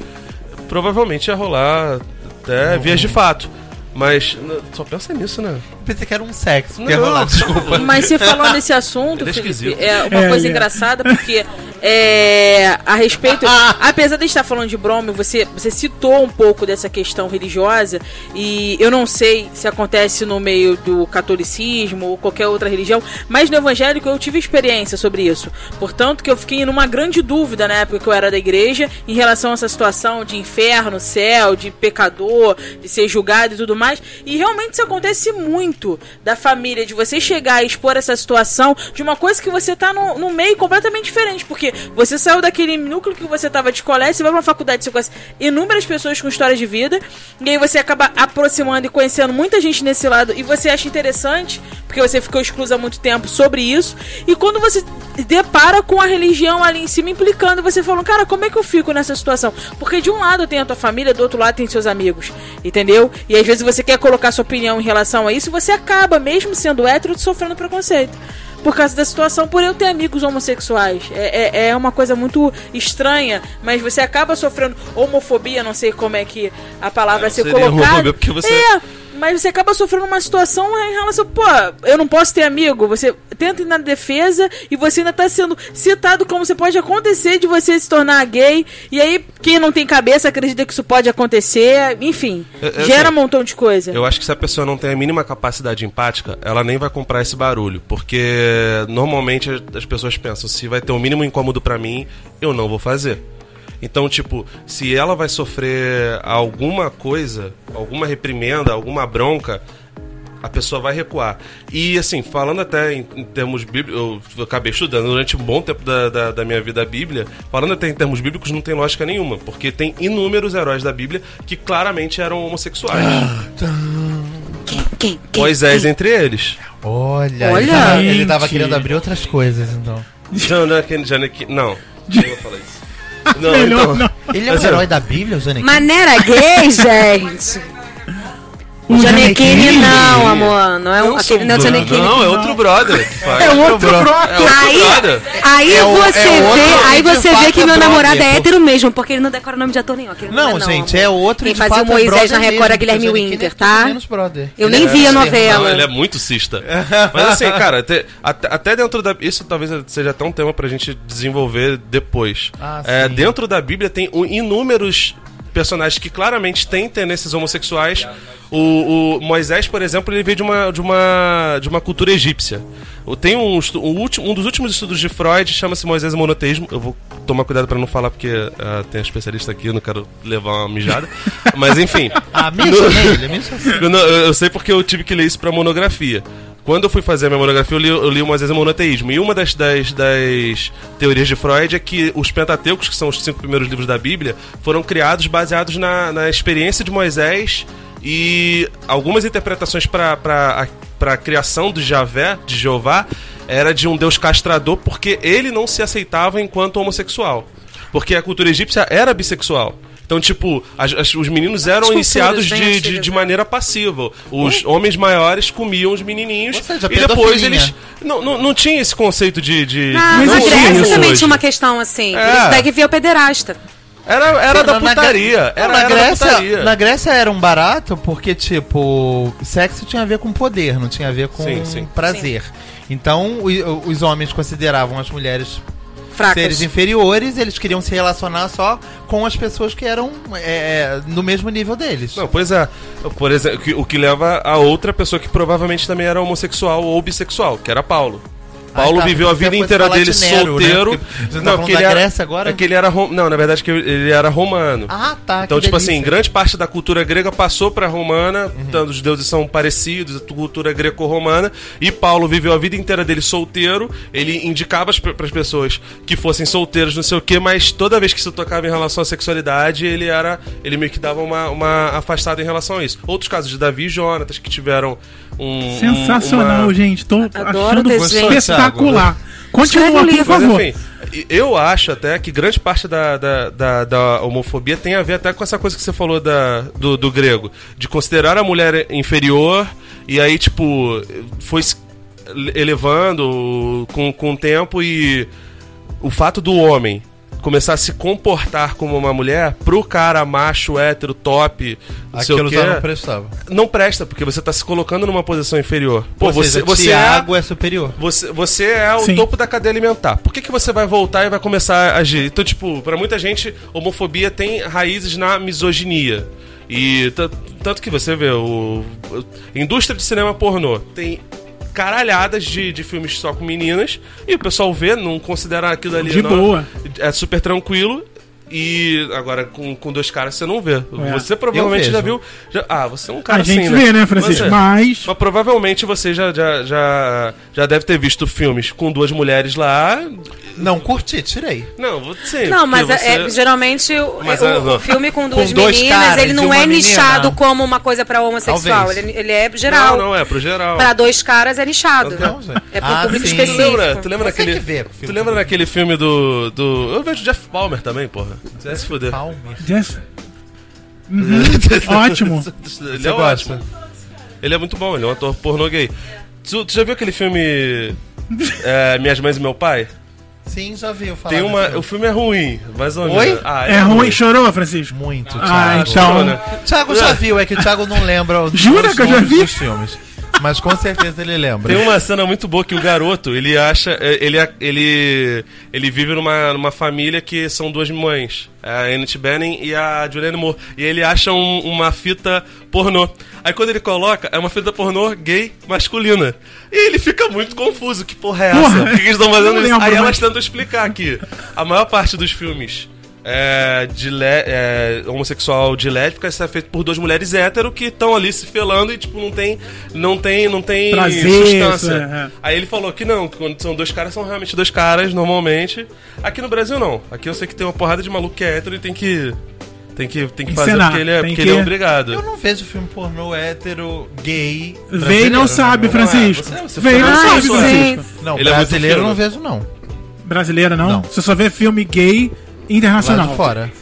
S5: provavelmente ia rolar até vias de fato. Mas n- só pensa nisso, né?
S2: Pensei que era um sexo. Quer
S5: Não.
S2: rolar, desculpa.
S4: Mas você falou nesse assunto,
S5: Ele é
S4: Felipe,
S5: esquisito.
S4: é uma
S1: É,
S4: coisa
S1: ele é.
S4: engraçada, porque é, a respeito.
S5: Ah,
S4: Apesar de estar falando de Brome, você, você citou um pouco dessa questão religiosa, e eu não sei se acontece no meio do catolicismo ou qualquer outra religião, mas no evangélico eu tive experiência sobre isso. Portanto, que eu fiquei numa grande dúvida na época que eu era da igreja em relação a essa situação de inferno, céu, de pecador, de ser julgado e tudo mais. E realmente isso acontece muito da família, de você chegar e expor essa situação de uma coisa que você tá no, num meio completamente diferente. Porque que você saiu daquele núcleo que você tava de colégio, você vai pra uma faculdade, você conhece inúmeras pessoas com história de vida, e aí você acaba aproximando e conhecendo muita gente nesse lado, e você acha interessante, porque você ficou exclusa há muito tempo sobre isso, e quando você depara com a religião ali em cima implicando, você falando, cara, como é que eu fico nessa situação? Porque de um lado tem a tua família, do outro lado tem seus amigos, entendeu? E às vezes você quer colocar sua opinião em relação a isso, você acaba, mesmo sendo hétero, sofrendo preconceito. Por causa da situação, por eu ter amigos homossexuais. É, é, é uma coisa muito estranha, mas você acaba sofrendo homofobia, não sei como é que a palavra é, se
S5: seria
S4: colocada.
S5: homofobia, porque você-
S4: É, mas você acaba sofrendo uma situação em relação, pô, eu não posso ter amigo. Você tenta ir na defesa e você ainda tá sendo citado como você pode acontecer de você se tornar gay. E aí, quem não tem cabeça acredita que isso pode acontecer. Enfim,
S5: Eu- eu
S4: gera
S5: sei.
S4: um montão de coisa.
S5: Eu acho que se a pessoa não tem a mínima capacidade empática, ela nem vai comprar esse barulho, porque normalmente as- as pessoas pensam, se vai ter o mínimo incômodo pra mim, eu não vou fazer. Então, tipo, se ela vai sofrer alguma coisa, alguma reprimenda, alguma bronca, a pessoa vai recuar. E assim, falando até em, em termos bíblicos, eu acabei estudando durante um bom tempo da, da, da minha vida a Bíblia, falando até em termos bíblicos não tem lógica nenhuma, porque tem inúmeros heróis da Bíblia que claramente eram homossexuais.
S3: Quem, quem,
S2: é,
S3: quem?
S5: Moisés entre eles.
S2: Olha,
S3: Olha.
S2: Ele, tava, ele
S1: Gente.
S2: tava querendo abrir outras coisas, então.
S5: Jana, Ken- Jana, Ken- é não, não vou falar isso. Não,
S1: Melhor
S5: então,
S1: não.
S2: Ele é o
S5: Mas,
S2: herói da Bíblia, o Janequim?
S3: Maneira gay, gente. então.
S1: O
S3: Janequine
S1: Janequine.
S3: não, amor. Não é um,
S5: sou
S3: aquele não é o
S5: brother.
S3: Janequine.
S5: Não, é outro brother. que faz.
S3: É outro brother.
S5: É outro
S3: Aí,
S5: brother.
S3: aí
S2: É o-
S3: você
S2: é outro
S3: vê, aí
S2: e de
S3: você vê
S2: fato
S3: que
S2: é
S3: meu
S2: brother,
S3: namorado é
S2: pô.
S3: hétero mesmo, porque ele não decora o nome de ator nenhum. Aquele
S2: Não,
S3: é,
S2: gente, é outro
S3: Quem
S2: de
S3: fazia o
S2: fato é
S3: Moisés
S2: brother
S3: na Record
S2: mesmo,
S3: é Guilherme
S2: porque o Janequim
S3: Winter,
S2: é todo
S3: tá?
S2: menos brother.
S3: Eu
S2: Ele
S3: nem
S2: é
S3: vi a
S2: assim,
S5: Não,
S3: novela.
S5: ele é muito cista. Mas assim, cara, te- até, até dentro da. Isso talvez seja até um tema pra gente desenvolver depois.
S2: Ah,
S5: É,
S2: sim.
S5: dentro da Bíblia tem o- inúmeros personagens que claramente têm tendências homossexuais. O, o Moisés, por exemplo, ele veio de uma, de uma, de uma cultura egípcia. O- Tem um, estu- um, último, um dos últimos estudos de Freud, chama-se Moisés e o Monoteísmo. Eu vou tomar cuidado pra não falar, porque ah, tem um especialista aqui, eu não quero levar uma mijada. Mas enfim.
S2: Ah, mija nele, mija assim.
S5: Eu, não- eu- eu sei porque eu tive que ler isso pra monografia. Quando eu fui fazer a minha monografia, eu li, eu li umas vezes o monoteísmo. E uma das, das, das teorias de Freud é que os Pentateucos, que são os cinco primeiros livros da Bíblia, foram criados baseados na, na experiência de Moisés e algumas interpretações para a criação de Javé, de Jeová, era de um deus castrador porque ele não se aceitava enquanto homossexual. Porque a cultura egípcia era bissexual. Então, tipo, as- as- os meninos eram
S4: culturas
S5: iniciados
S4: bem
S5: de, de,
S4: antigas,
S5: de
S4: né?
S5: maneira passiva. Os homens maiores comiam os menininhos
S2: Ou seja,
S5: e depois
S2: pedofilia.
S5: eles não, não, não tinha esse conceito de, de
S3: Ah,
S1: Não
S3: na
S1: tinha
S3: Grécia
S5: isso
S3: também
S5: hoje.
S3: tinha uma questão assim.
S5: É.
S3: Isso daí que via o pederasta.
S5: era era da
S2: Não, na Gre-
S5: putaria,
S2: Não,
S5: era,
S2: na
S5: era
S2: Grécia,
S5: da putaria.
S2: Na Grécia era um barato porque, tipo, sexo tinha a ver com poder, não tinha a ver com
S5: Sim, sim.
S2: prazer. Então, o- os homens consideravam as mulheres seres
S3: Fracas.
S2: inferiores, eles queriam se relacionar só com as pessoas que eram é, é, no mesmo nível deles.
S5: Não, pois é. Por exemplo, o que- o que leva a outra pessoa que provavelmente também era homossexual ou bissexual, que era Paulo. Paulo
S2: tá,
S5: viveu a
S2: você
S5: vida
S2: foi
S5: inteira
S2: falar
S5: dele
S2: de Nero, né?
S5: solteiro.
S2: Porque você tá falando da Grécia agora?
S5: É que ele era rom- Não, na verdade que ele era romano.
S2: Ah, tá.
S5: Então,
S2: que delícia.
S5: tipo
S2: Uhum.
S5: assim, grande parte da cultura grega passou pra romana, tanto os deuses são parecidos, a cultura greco-romana, e Paulo viveu a vida inteira dele solteiro, ele indicava para as pessoas que fossem solteiros, não sei o quê, mas toda vez que se tocava em relação à sexualidade, ele era, ele meio que dava uma, uma afastada em relação a isso. Outros casos de Davi e Jonatas que tiveram um
S1: Sensacional,
S5: um, uma-
S1: gente. Tô
S3: Adoro
S1: achando
S3: desse jeito.
S1: espetacular.
S3: Escreve um
S1: Continua, por
S3: livro.
S5: Mas,
S1: favor.
S5: enfim, eu acho até que grande parte da, da, da, da homofobia tem a ver até com essa coisa que você falou da, do, do grego. De considerar a mulher inferior e aí, tipo, foi se elevando com, com o tempo e o fato do homem começar a se comportar como uma mulher, pro cara macho, hétero, top, não sei o
S2: Aquilo tá
S5: quê,
S2: já não prestava.
S5: não presta, porque você tá se colocando numa posição inferior. Pô,
S2: Ou
S5: você,
S2: seja,
S5: você é
S2: Tiago é... superior.
S5: você, você é o
S1: Sim.
S5: topo da cadeia alimentar. Por que, que você vai voltar e vai começar a agir? Então, tipo, pra muita gente, homofobia tem raízes na misoginia. E ta- tanto que você vê, o, o- indústria de cinema pornô tem caralhadas de, de filmes só com meninas e o pessoal vê, não considera aquilo ali.
S1: De
S5: não-
S1: boa.
S5: É super tranquilo. E agora com, com dois caras você não vê.
S1: É.
S5: Você provavelmente
S2: Eu
S5: já
S2: vejo.
S5: viu. já- ah, você é um cara
S1: A gente
S5: assim,
S1: vê, né, Francisco?
S5: Você-
S1: Mas-
S5: mas provavelmente você já, já, já, já deve ter visto filmes com duas mulheres lá.
S2: Não curti, tirei.
S5: Não, vou dizer.
S3: Não, mas
S5: porque
S3: é-
S5: você-
S3: geralmente o,
S5: Mas,
S3: o-
S5: olha só.
S3: o filme com duas
S2: Com dois
S3: meninas,
S2: caras
S3: ele
S2: e
S3: não
S2: uma
S3: é
S2: menina.
S3: nichado como uma coisa pra homossexual.
S2: Talvez.
S3: Ele, ele é geral.
S5: Não, não, é pro geral.
S3: Pra dois caras é nichado.
S2: Não, gente.
S3: é pro
S2: Ah,
S3: público
S2: sim.
S5: Tu
S3: específico.
S5: lembra, tu lembra
S2: Você tem
S5: naquele.
S2: que ver o filme.
S5: Tu lembra naquele filme do. do. Eu vejo Jeff Palmer também, porra. Você vai se fuder.
S2: Palmer.
S1: Jeff- Uhum, ótimo.
S5: Ele
S2: Você
S5: é
S2: gosta?
S5: ótimo. Ele é muito bom, ele é um ator pornô gay. Tu, tu já viu aquele filme. é, Minhas Mães e Meu Pai?
S2: Sim, já viu falar.
S5: Tem uma.
S2: desse
S5: O filme é ruim, mais ou menos.
S2: Oi?
S5: Ah,
S1: É ruim, chorou, Francisco?
S2: filme. Muito, Thiago.
S1: Ah, então.
S5: né?
S2: Thiago já viu, é que o Thiago não lembra os
S1: Jura
S2: os
S1: que eu já
S2: nomes
S1: vi?
S2: dos filmes. Mas com certeza ele lembra.
S5: Tem um- uma cena muito boa que o garoto, ele acha. é, Ele, ele, ele vive numa, numa família que são duas mães, a Annette Bening e a Julianne Moore. E ele acha um- uma fita pornô. Aí quando ele coloca, é uma fita pornô gay masculina. E ele fica muito confuso. Que porra é essa?
S1: Porra,
S5: Por que que eles estão fazendo
S1: não
S5: isso?
S1: lembro,
S5: Aí
S1: mas-
S5: elas tentam explicar que a maior parte dos filmes. É, de le- é, homossexual de lésbica isso é feito por duas mulheres hétero que estão ali se felando e tipo não tem não tem não tem
S1: Prazer,
S5: substância.
S1: isso, é, é.
S5: Aí ele falou que não, que quando são dois caras, são realmente dois caras, normalmente. Aqui no Brasil não. Aqui eu sei que tem uma porrada de maluco que é hétero e tem que. Tem que, tem que fazer
S1: Encenar,
S5: porque ele é,
S1: tem
S5: porque ele é
S1: que-
S2: Eu
S5: obrigado.
S2: não vejo filme pornô hétero, gay.
S1: Vem e
S2: brasileiro,
S1: não sabe,
S2: né?
S1: Francisco.
S5: você- você
S1: Vem e não
S5: foi-
S1: sabe,
S3: Ai,
S5: sou
S1: Francisco.
S3: gente.
S2: Não,
S5: Ele é muito
S2: brasileiro eu
S5: fino.
S2: não vejo, não.
S1: Brasileira, não?
S2: Não.
S1: Você só vê filme gay
S2: Lá
S1: internacional.
S2: de fora.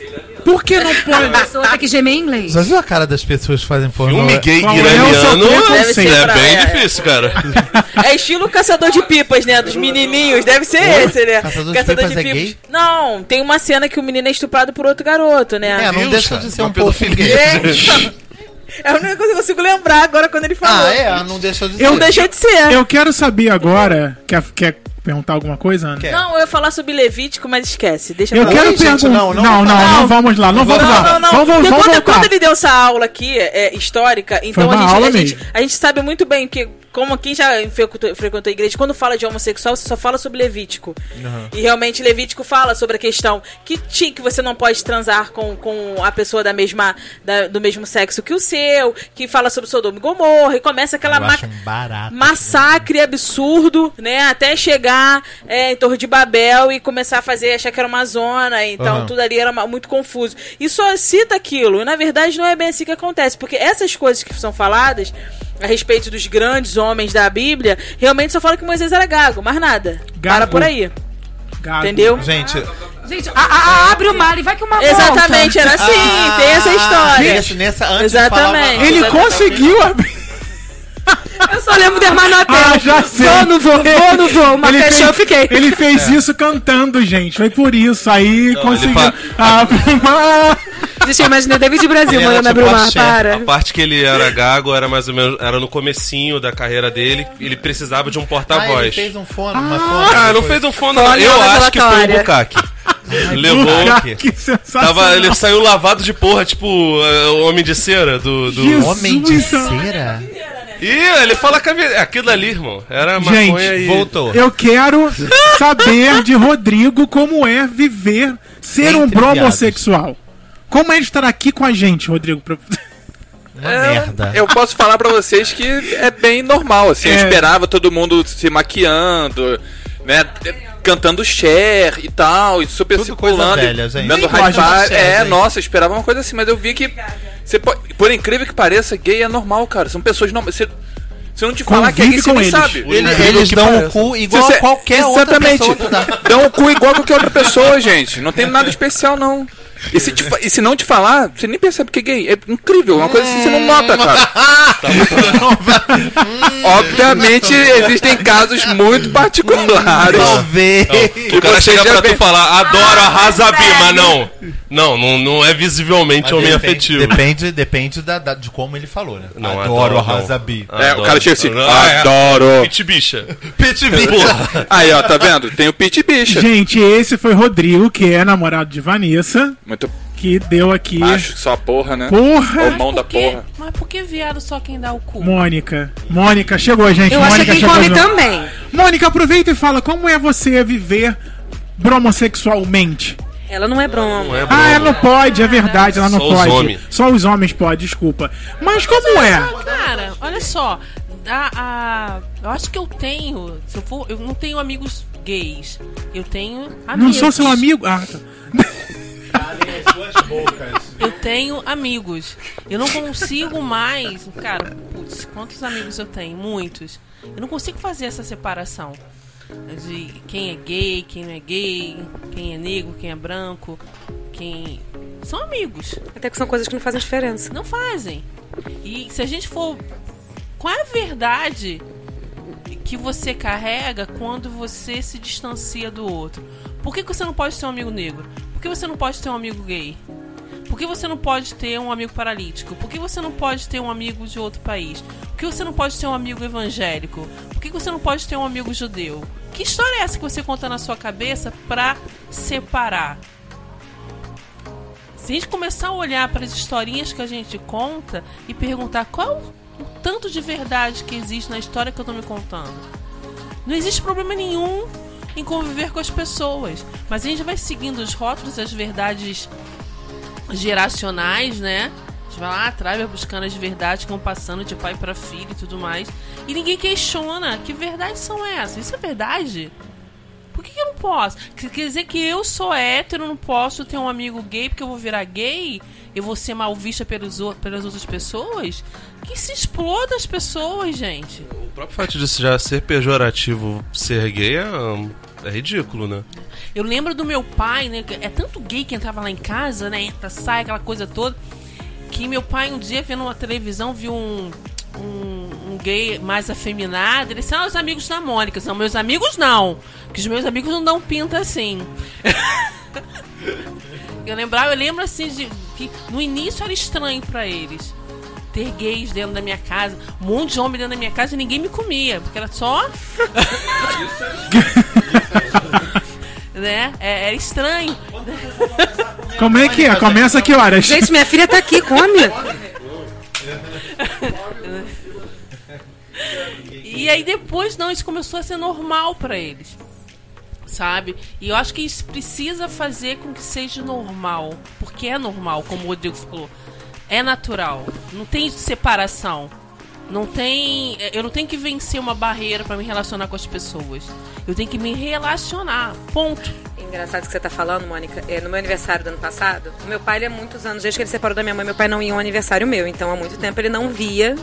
S1: Por que não
S3: A
S1: pode?
S3: pessoa tem né? que gemer em inglês.
S2: Já viu a cara das pessoas que fazem pornô?
S5: Filme gay
S1: Qual é o
S5: um iraniano
S1: seu
S5: é,
S1: preconceito?
S4: Pra-
S5: bem
S4: é.
S5: difícil, cara.
S4: É estilo caçador de pipas, né? Dos menininhos. Deve ser
S2: Oi?
S4: esse, né?
S2: Caçador de pipas é gay?
S4: Não, tem uma cena que o menino é estuprado por outro garoto, né?
S2: É, não
S5: Deus,
S2: deixa
S5: cara,
S2: de ser
S5: uma
S2: um pouco gay.
S5: pedofilia.
S4: É a única coisa que eu consigo lembrar agora quando ele falou.
S2: Ah, é? Não deixa de ser.
S1: Eu
S4: Não deixou de ser.
S1: Eu quero saber agora. Quer, quer perguntar alguma coisa, Ana?
S2: Quer.
S4: Não, eu ia falar sobre Levítico, mas esquece. Deixa
S1: É. Eu
S4: pra lá.
S1: quero
S2: Oi, gente,
S1: perguntar. Não
S2: não,
S1: não não,
S2: não vou falar.
S1: não, vamos lá, não vamos
S4: Não,
S1: lá.
S4: não, não.
S1: Vamos,
S4: Porque
S1: vamos
S4: quando,
S1: voltar.
S4: quando ele deu essa aula aqui, é, histórica, então
S1: Foi uma
S4: a gente,
S1: aula
S4: a, gente,
S1: mesmo.
S4: a gente sabe muito bem que, como quem já frequentou, frequentou a igreja, quando fala de homossexual, você só fala sobre Levítico. E realmente Levítico fala sobre a questão que, ti- que você não pode transar com, com a pessoa da mesma, da- do mesmo sexo que o seu, que fala sobre Sodoma e Gomorra, e começa aquela
S2: Eu acho
S4: máquina
S2: um barato.
S4: massacre absurdo, né? Até chegar é, em Torre de Babel e começar a fazer, achar que era uma zona, então
S2: Aham.
S4: tudo ali era ma- muito confuso. E só cita aquilo, e na verdade não é bem assim que acontece, porque essas coisas que são faladas a respeito dos grandes homens da Bíblia, realmente só fala que Moisés era gago, mais nada. Para
S1: Gago.
S4: por aí,
S1: Gago.
S4: entendeu?
S2: Gente,
S3: Gente, a- a- abre o mar e vai que uma volta.
S4: Exatamente, era assim, tem essa história.
S2: nessa, Ah, nessa antes
S4: Exatamente.
S2: falava-
S1: Ele
S4: Exatamente.
S1: conseguiu abrir.
S3: Eu só lembro do Hermanateu.
S1: Ah, já sei.
S3: Vou, não vou, vou, não vou. Uma
S1: ele
S3: fechou,
S1: fez,
S3: eu fiquei.
S1: Ele fez isso cantando, gente. Foi por isso. Aí conseguiu.
S5: fa-
S1: Ah,
S3: Deixa eu imaginar David Brasil
S2: Ele era
S3: mandando
S2: tipo
S3: abrir o mar.
S2: axé.
S5: A
S3: Para.
S5: parte que ele era gago era mais ou menos. Era no comecinho da carreira dele. Ele precisava de um
S2: Ah, ele
S5: porta-voz.
S2: fez um fono, uma fono.
S5: Ah, não fez um fono, não.
S3: Fone
S5: Eu acho que foi o
S3: revelatória.
S5: Bukaki. Levou o
S1: Gago,
S5: quê?
S1: Ah, que sensacional.
S5: Tava, ele saiu lavado de porra, tipo eh, o Homem de Cera do... do-
S1: Jesus.
S2: Homem de
S1: Isso.
S2: cera?
S5: Ih, ele fala que é aquilo ali, irmão. Era maconha
S1: Gente,
S5: e...
S2: Voltou.
S1: Eu quero saber de Rodrigo como é viver, ser
S2: Entre
S1: um bro
S2: viados.
S1: homossexual. Como é ele estar aqui com a gente, Rodrigo? Pra-
S2: Uma
S6: É,
S2: merda.
S6: Eu posso falar pra vocês que é bem normal, assim. Eu
S1: É.
S6: esperava todo mundo se maquiando, né? t- Cantando share e tal, e super
S2: Tudo
S6: circulando.
S2: coisa velha, gente.
S6: Dando
S2: Nem
S6: high
S2: gosto de
S6: five.
S2: Cher,
S6: É,
S2: gente.
S6: nossa, eu esperava uma coisa assim, mas eu vi que. você po- por incrível que pareça, gay é normal, cara. São pessoas normais. Se, se eu não te falar que é
S1: Convive
S6: gay, você
S1: com
S6: nem
S1: eles.
S6: sabe.
S2: Ele-
S5: Incrível
S2: eles
S5: que
S2: dão
S5: pareça.
S2: o cu igual
S6: Se você-
S2: a qualquer
S6: Exatamente.
S2: outra pessoa que dá.
S6: Dão o cu igual a qualquer outra pessoa, gente. Não tem nada especial, não. E se, te fa- e se não te falar, você nem percebe que é gay. É incrível, uma coisa assim, você não nota, cara. Obviamente, existem casos muito
S5: Ah,
S6: particulares.
S2: Talvez.
S5: O cara
S6: você
S5: chega
S6: já
S5: pra
S6: vê-
S5: tu falar, adoro arrasa
S3: velho.
S5: mas não. Não, não, não é visivelmente homem afetivo.
S2: Depende, depende da, da- de como ele falou, né?
S5: Não,
S2: adoro
S5: adoro,
S2: o Razabi.
S5: não.
S6: É, o cara chega assim,
S5: Ah, é.
S6: adoro.
S5: Pit bicha.
S2: Pit Bicha.
S5: Porra.
S6: Aí, ó, tá vendo? Tem o Pit Bicha.
S1: Gente, esse foi Rodrigo, que é namorado de Vanessa,
S6: Muito
S1: que deu aqui.
S6: macho, só porra, né? Ô,
S1: Porra!
S6: mão da
S7: Por quê?
S6: porra.
S7: Mas por que viado só quem dá o cu?
S1: Mônica. Mônica, chegou, gente.
S3: Eu achei
S1: Mônica
S3: que
S1: chegou.
S3: come
S1: não.
S3: também.
S1: Mônica, aproveita e fala como é você viver bromossexualmente.
S3: Ela não é broma.
S5: Não é bom.
S1: Ah, ela não pode, é verdade, ela não
S5: Só os
S1: pode.
S5: homens.
S1: Só os homens podem, desculpa. Mas como é?
S7: Ah, cara, olha só. A, a- eu acho que eu tenho. Se eu, for, eu não tenho amigos gays. Eu tenho amigos.
S1: Não sou seu amigo. Ah, tá.
S7: Eu tenho amigos. Eu não consigo mais. Cara, putz, quantos amigos eu tenho? Muitos. Eu não consigo fazer essa separação de quem é gay, quem não é gay, quem é negro, quem é branco, quem. São amigos.
S3: Até que são coisas que não fazem diferença.
S7: Não fazem. E se a gente for. Qual é a verdade que você carrega quando você se distancia do outro? Por que, que você não pode ter um amigo negro? Por que você não pode ter um amigo gay? Por que você não pode ter um amigo paralítico? Por que você não pode ter um amigo de outro país? Por que você não pode ter um amigo evangélico? Por que você não pode ter um amigo judeu? Que história é essa que você conta na sua cabeça pra separar? Se a gente começar a olhar para as historinhas que a gente conta e perguntar qual o tanto de verdade que existe na história que eu tô me contando. Não existe problema nenhum em conviver com as pessoas, mas a gente vai seguindo os rótulos, as verdades geracionais, né? A gente vai lá atrás, vai buscando as verdades que vão passando de pai para filho e tudo mais. E ninguém questiona que verdades são essas. Isso é verdade? Por que, que eu não posso? Quer quer dizer que eu sou hétero, não posso ter um amigo gay porque eu vou virar gay? Eu vou ser mal vista pelos, ou- pelas outras pessoas? Que se exploda as pessoas, gente.
S5: O próprio fato disso já ser pejorativo, ser gay é, hum, é ridículo, né?
S7: Eu lembro do meu pai, né? que É tanto gay que entrava lá em casa, né? Entra, sai, aquela coisa toda. Que meu pai um dia vendo uma televisão, viu um, um, um gay mais afeminado. Ele disse, ah, os amigos da Mônica. São meus amigos não. Que os meus amigos não dão pinta assim. eu lembrava, eu lembro assim de que no início era estranho pra eles. Ter gays dentro da minha casa, um monte de homem dentro da minha casa e ninguém me comia, porque era só né? É- era estranho.
S1: Como é que é? Começa que horas?
S3: Gente, minha filha tá aqui, come.
S7: E aí depois não, isso começou a ser normal pra eles. Sabe? E eu acho que isso precisa fazer com que seja normal. Porque é normal, como o Rodrigo falou. É natural. Não tem separação. Não tem. Eu não tenho que vencer uma barreira pra me relacionar com as pessoas. Eu tenho que me relacionar. Ponto.
S3: Engraçado que você tá falando, Mônica. É, no meu aniversário do ano passado, o meu pai, ele há muitos anos, desde que ele separou da minha mãe, meu pai não ia ao aniversário meu. Então, há muito tempo, ele não via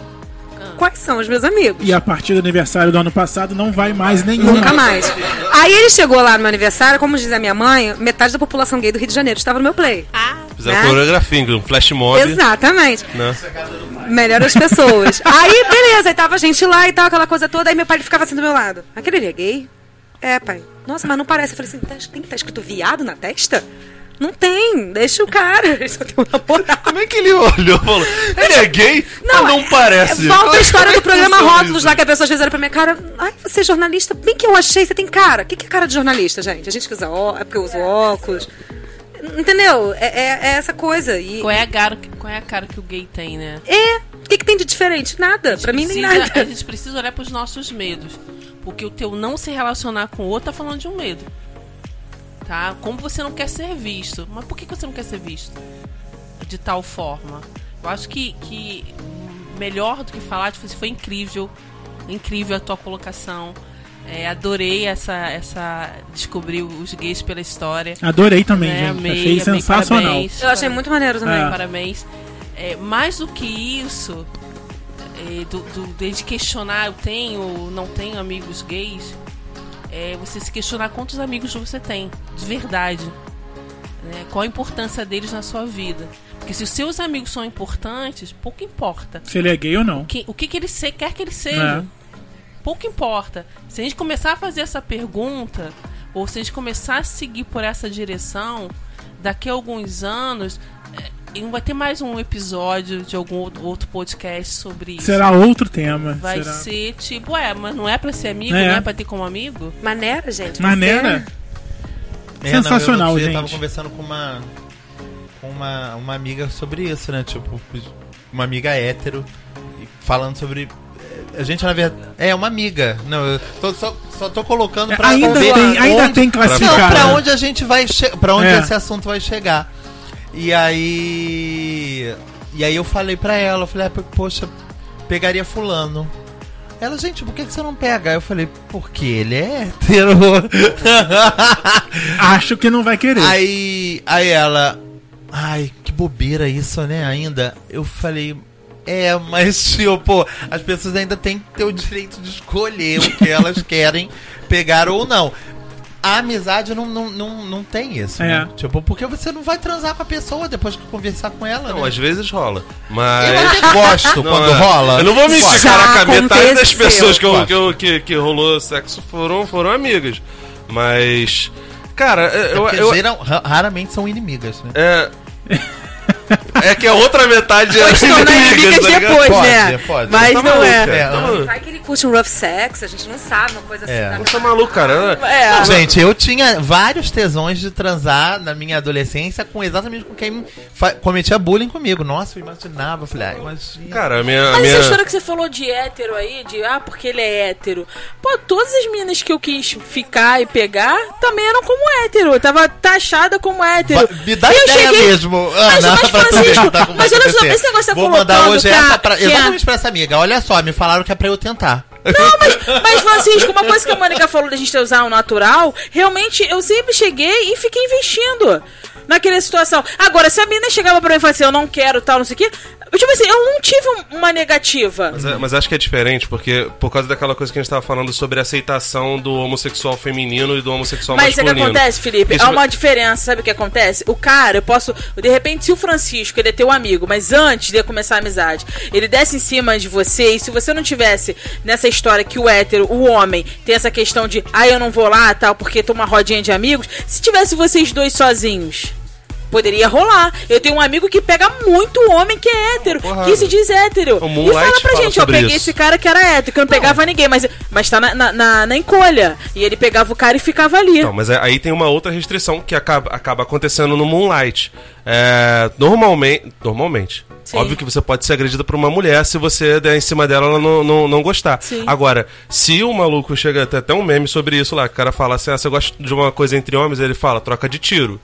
S3: quais são os meus amigos.
S1: E a partir do aniversário do ano passado não vai mais nenhum.
S3: Nunca mais. Aí ele chegou lá no meu aniversário, como diz a minha mãe, metade da população gay do Rio de Janeiro estava no meu play.
S7: Ah,
S5: Fizeram
S3: Né?
S5: coreografia, um flash mob.
S3: Exatamente.
S5: Né?
S3: Melhor as pessoas. aí, beleza, aí tava a gente lá e tal, aquela coisa toda, aí meu pai ele ficava assim do meu lado. Aquele ali é gay? É, pai. Nossa, mas não parece. Eu falei assim, tá- tem que estar escrito viado na testa? Não tem, deixa o cara. Ele só tem um namorado.
S5: Como é que ele olhou e falou? Ele é gay? Não, não parece.
S3: Volta a história do programa
S5: funciona
S3: Rótulos
S5: é isso?
S3: lá que as pessoas fizeram pra minha cara. Ai, você é jornalista? Bem que eu achei, você tem cara. O que, que é cara de jornalista, gente? A gente que usa óculos, é porque eu uso óculos. Entendeu? É, é- é essa coisa. E,
S7: qual é, a cara, qual é a cara que o gay tem, né?
S3: é, o que, que tem de diferente? Nada. Pra mim, nem
S7: precisa- A
S3: nada.
S7: gente precisa olhar pros nossos medos. Porque o teu não se relacionar com o outro tá falando de um medo. Tá? Como você não quer ser visto. Mas por que que você não quer ser visto? De tal forma. Eu acho que, que melhor do que falar, tipo, assim, foi incrível. Incrível a tua colocação. É, adorei essa, essa. Descobrir os gays pela história.
S1: Adorei também,
S3: É,
S7: né?
S1: gente.
S7: Amei,
S1: Achei
S7: amei,
S1: sensacional.
S7: parabéns.
S3: Eu achei muito maneiro também.
S1: É.
S7: Parabéns. É, mais do que isso, é, do, do- desde questionar eu tenho ou não tenho amigos gays, é você se questionar quantos amigos você tem, de verdade. né? Qual a importância deles na sua vida. Porque se os seus amigos são importantes, pouco importa.
S1: Se ele é gay ou não. É.
S7: Que- o que, que ele se- quer que ele seja. Pouco importa. Se a gente começar a fazer essa pergunta, ou se a gente começar a seguir por essa direção, daqui a alguns anos, eh, e não vai ter mais um episódio de algum outro- outro podcast sobre isso.
S1: Será outro tema.
S7: Vai
S1: será...
S7: ser tipo, ué, mas não é pra ser amigo,
S1: É.
S7: não é pra ter como amigo?
S3: Maneira, gente.
S1: Maneira?
S3: Você-
S2: É, não, eu
S1: Sensacional,
S2: outro dia
S1: gente.
S2: Eu tava conversando com uma com uma, uma amiga sobre isso, né? Tipo, uma amiga hétero e falando sobre a gente na verdade é uma amiga. Não, eu tô- só, só tô colocando
S1: É,
S2: pra
S1: ainda
S2: ver
S1: tem, ainda
S2: onde-
S1: tem
S2: Não,
S1: classificado.
S2: pra onde a gente vai chegar. Pra onde
S1: É.
S2: esse assunto vai chegar. E aí. E aí eu falei pra ela, eu falei, ah, poxa, pegaria fulano. Ela, gente, por que, que você não pega? Aí eu falei, porque ele é hétero.
S1: Acho que não vai querer.
S2: aí, aí ela, ai, que bobeira isso, né? Ainda. Eu falei, é, mas, tio, pô, as pessoas ainda têm que ter o direito de escolher o que elas querem pegar ou não. A amizade não, não, não, não tem isso, né?
S1: É.
S2: Tipo, porque você não vai transar com a pessoa depois que conversar com ela,
S5: Não,
S2: né?
S5: às vezes rola. Mas.
S2: Eu até gosto
S5: Não,
S2: quando
S5: é.
S2: rola.
S5: Eu não vou mentir,
S3: Já
S5: caraca, metade das
S3: aconteceu.
S5: pessoas que, eu- que, eu- que, que rolou sexo foram, foram amigas. Mas. Cara,
S2: É
S5: eu.
S2: porque
S5: eu,
S2: geral- ra- raramente são inimigas, né?
S5: é. É que a outra metade é
S8: inimigas depois,
S2: Pode,
S8: né?
S2: pode.
S8: Mas
S5: Tá
S8: não
S5: maluco,
S8: é.
S5: cara, tá maluco.
S3: Vai que ele curte um rough sex, a gente não sabe, uma coisa assim.
S2: É.
S3: nada-
S5: Tá maluco, cara.
S8: É.
S2: Gente, eu tinha vários tesões de transar na minha adolescência com exatamente com quem fa- cometia bullying comigo. Nossa, eu imaginava, eu falei, ah, imagina.
S5: Cara, a minha. a
S4: Mas
S5: minha...
S4: essa história que você falou de hétero aí, de ah, porque ele é hétero. Pô, todas as meninas que eu quis ficar e pegar também eram como hétero. Eu tava taxada como hétero.
S2: Va- Me dá
S4: E eu
S2: ideia
S4: cheguei-
S2: mesmo,
S4: Mas-
S2: Ana,
S4: mas,
S2: pra tu ver
S4: Francisco,
S2: que tá com
S4: assim, mas olha só,
S2: acontecer.
S4: esse negócio que tá
S2: Vou mandar
S4: colocando,
S2: hoje
S4: tá?
S2: essa pra,
S4: Que é-
S2: exatamente pra essa amiga. Olha só, me falaram que é pra eu tentar.
S4: Mas, Francisco, uma coisa que a Mônica falou da gente usar o natural, realmente eu sempre cheguei e fiquei investindo naquela situação. Agora, se a menina chegava pra mim e falava assim, eu não quero tal, não sei o quê, eu, tipo assim, eu não tive um- uma negativa.
S5: Mas, é- mas acho que é diferente, porque por causa daquela coisa que a gente tava falando sobre a aceitação do homossexual feminino e do homossexual
S4: Mas sabe o
S5: masculino.
S4: que acontece, Felipe?
S5: Porque
S4: Há
S5: se-
S4: uma diferença, sabe o que acontece? O cara, eu posso. De repente, se o Francisco, ele é teu amigo, mas antes de começar a amizade, ele desce em cima de você, e se você não tivesse nessa história que o hétero, o homem, tem essa questão de, ah, eu não vou lá, tal, porque tô uma rodinha de amigos, se tivesse vocês dois sozinhos. Poderia rolar. Eu tenho um amigo que pega muito homem que é hétero,
S5: porrada.
S4: que se diz hétero.
S5: O
S4: E fala
S5: Moonlight
S4: pra
S5: fala
S4: gente, ó,
S5: sobre
S4: peguei
S5: isso.
S4: esse cara que era hétero, que eu não pegava ninguém, mas, mas tá na, na, na- na encolha. E ele pegava o cara e ficava ali.
S5: Não, mas é- aí tem uma outra restrição que acaba, acaba acontecendo no Moonlight. É, normalmente. Normalmente.
S4: Sim.
S5: Óbvio que você pode ser agredido por uma mulher se você der em cima dela ela não, não, não gostar.
S4: Sim.
S5: Agora, se o maluco chega tem até um meme sobre isso lá, que o cara fala assim: ah, você gosta de uma coisa entre homens? Ele fala, troca de tiro.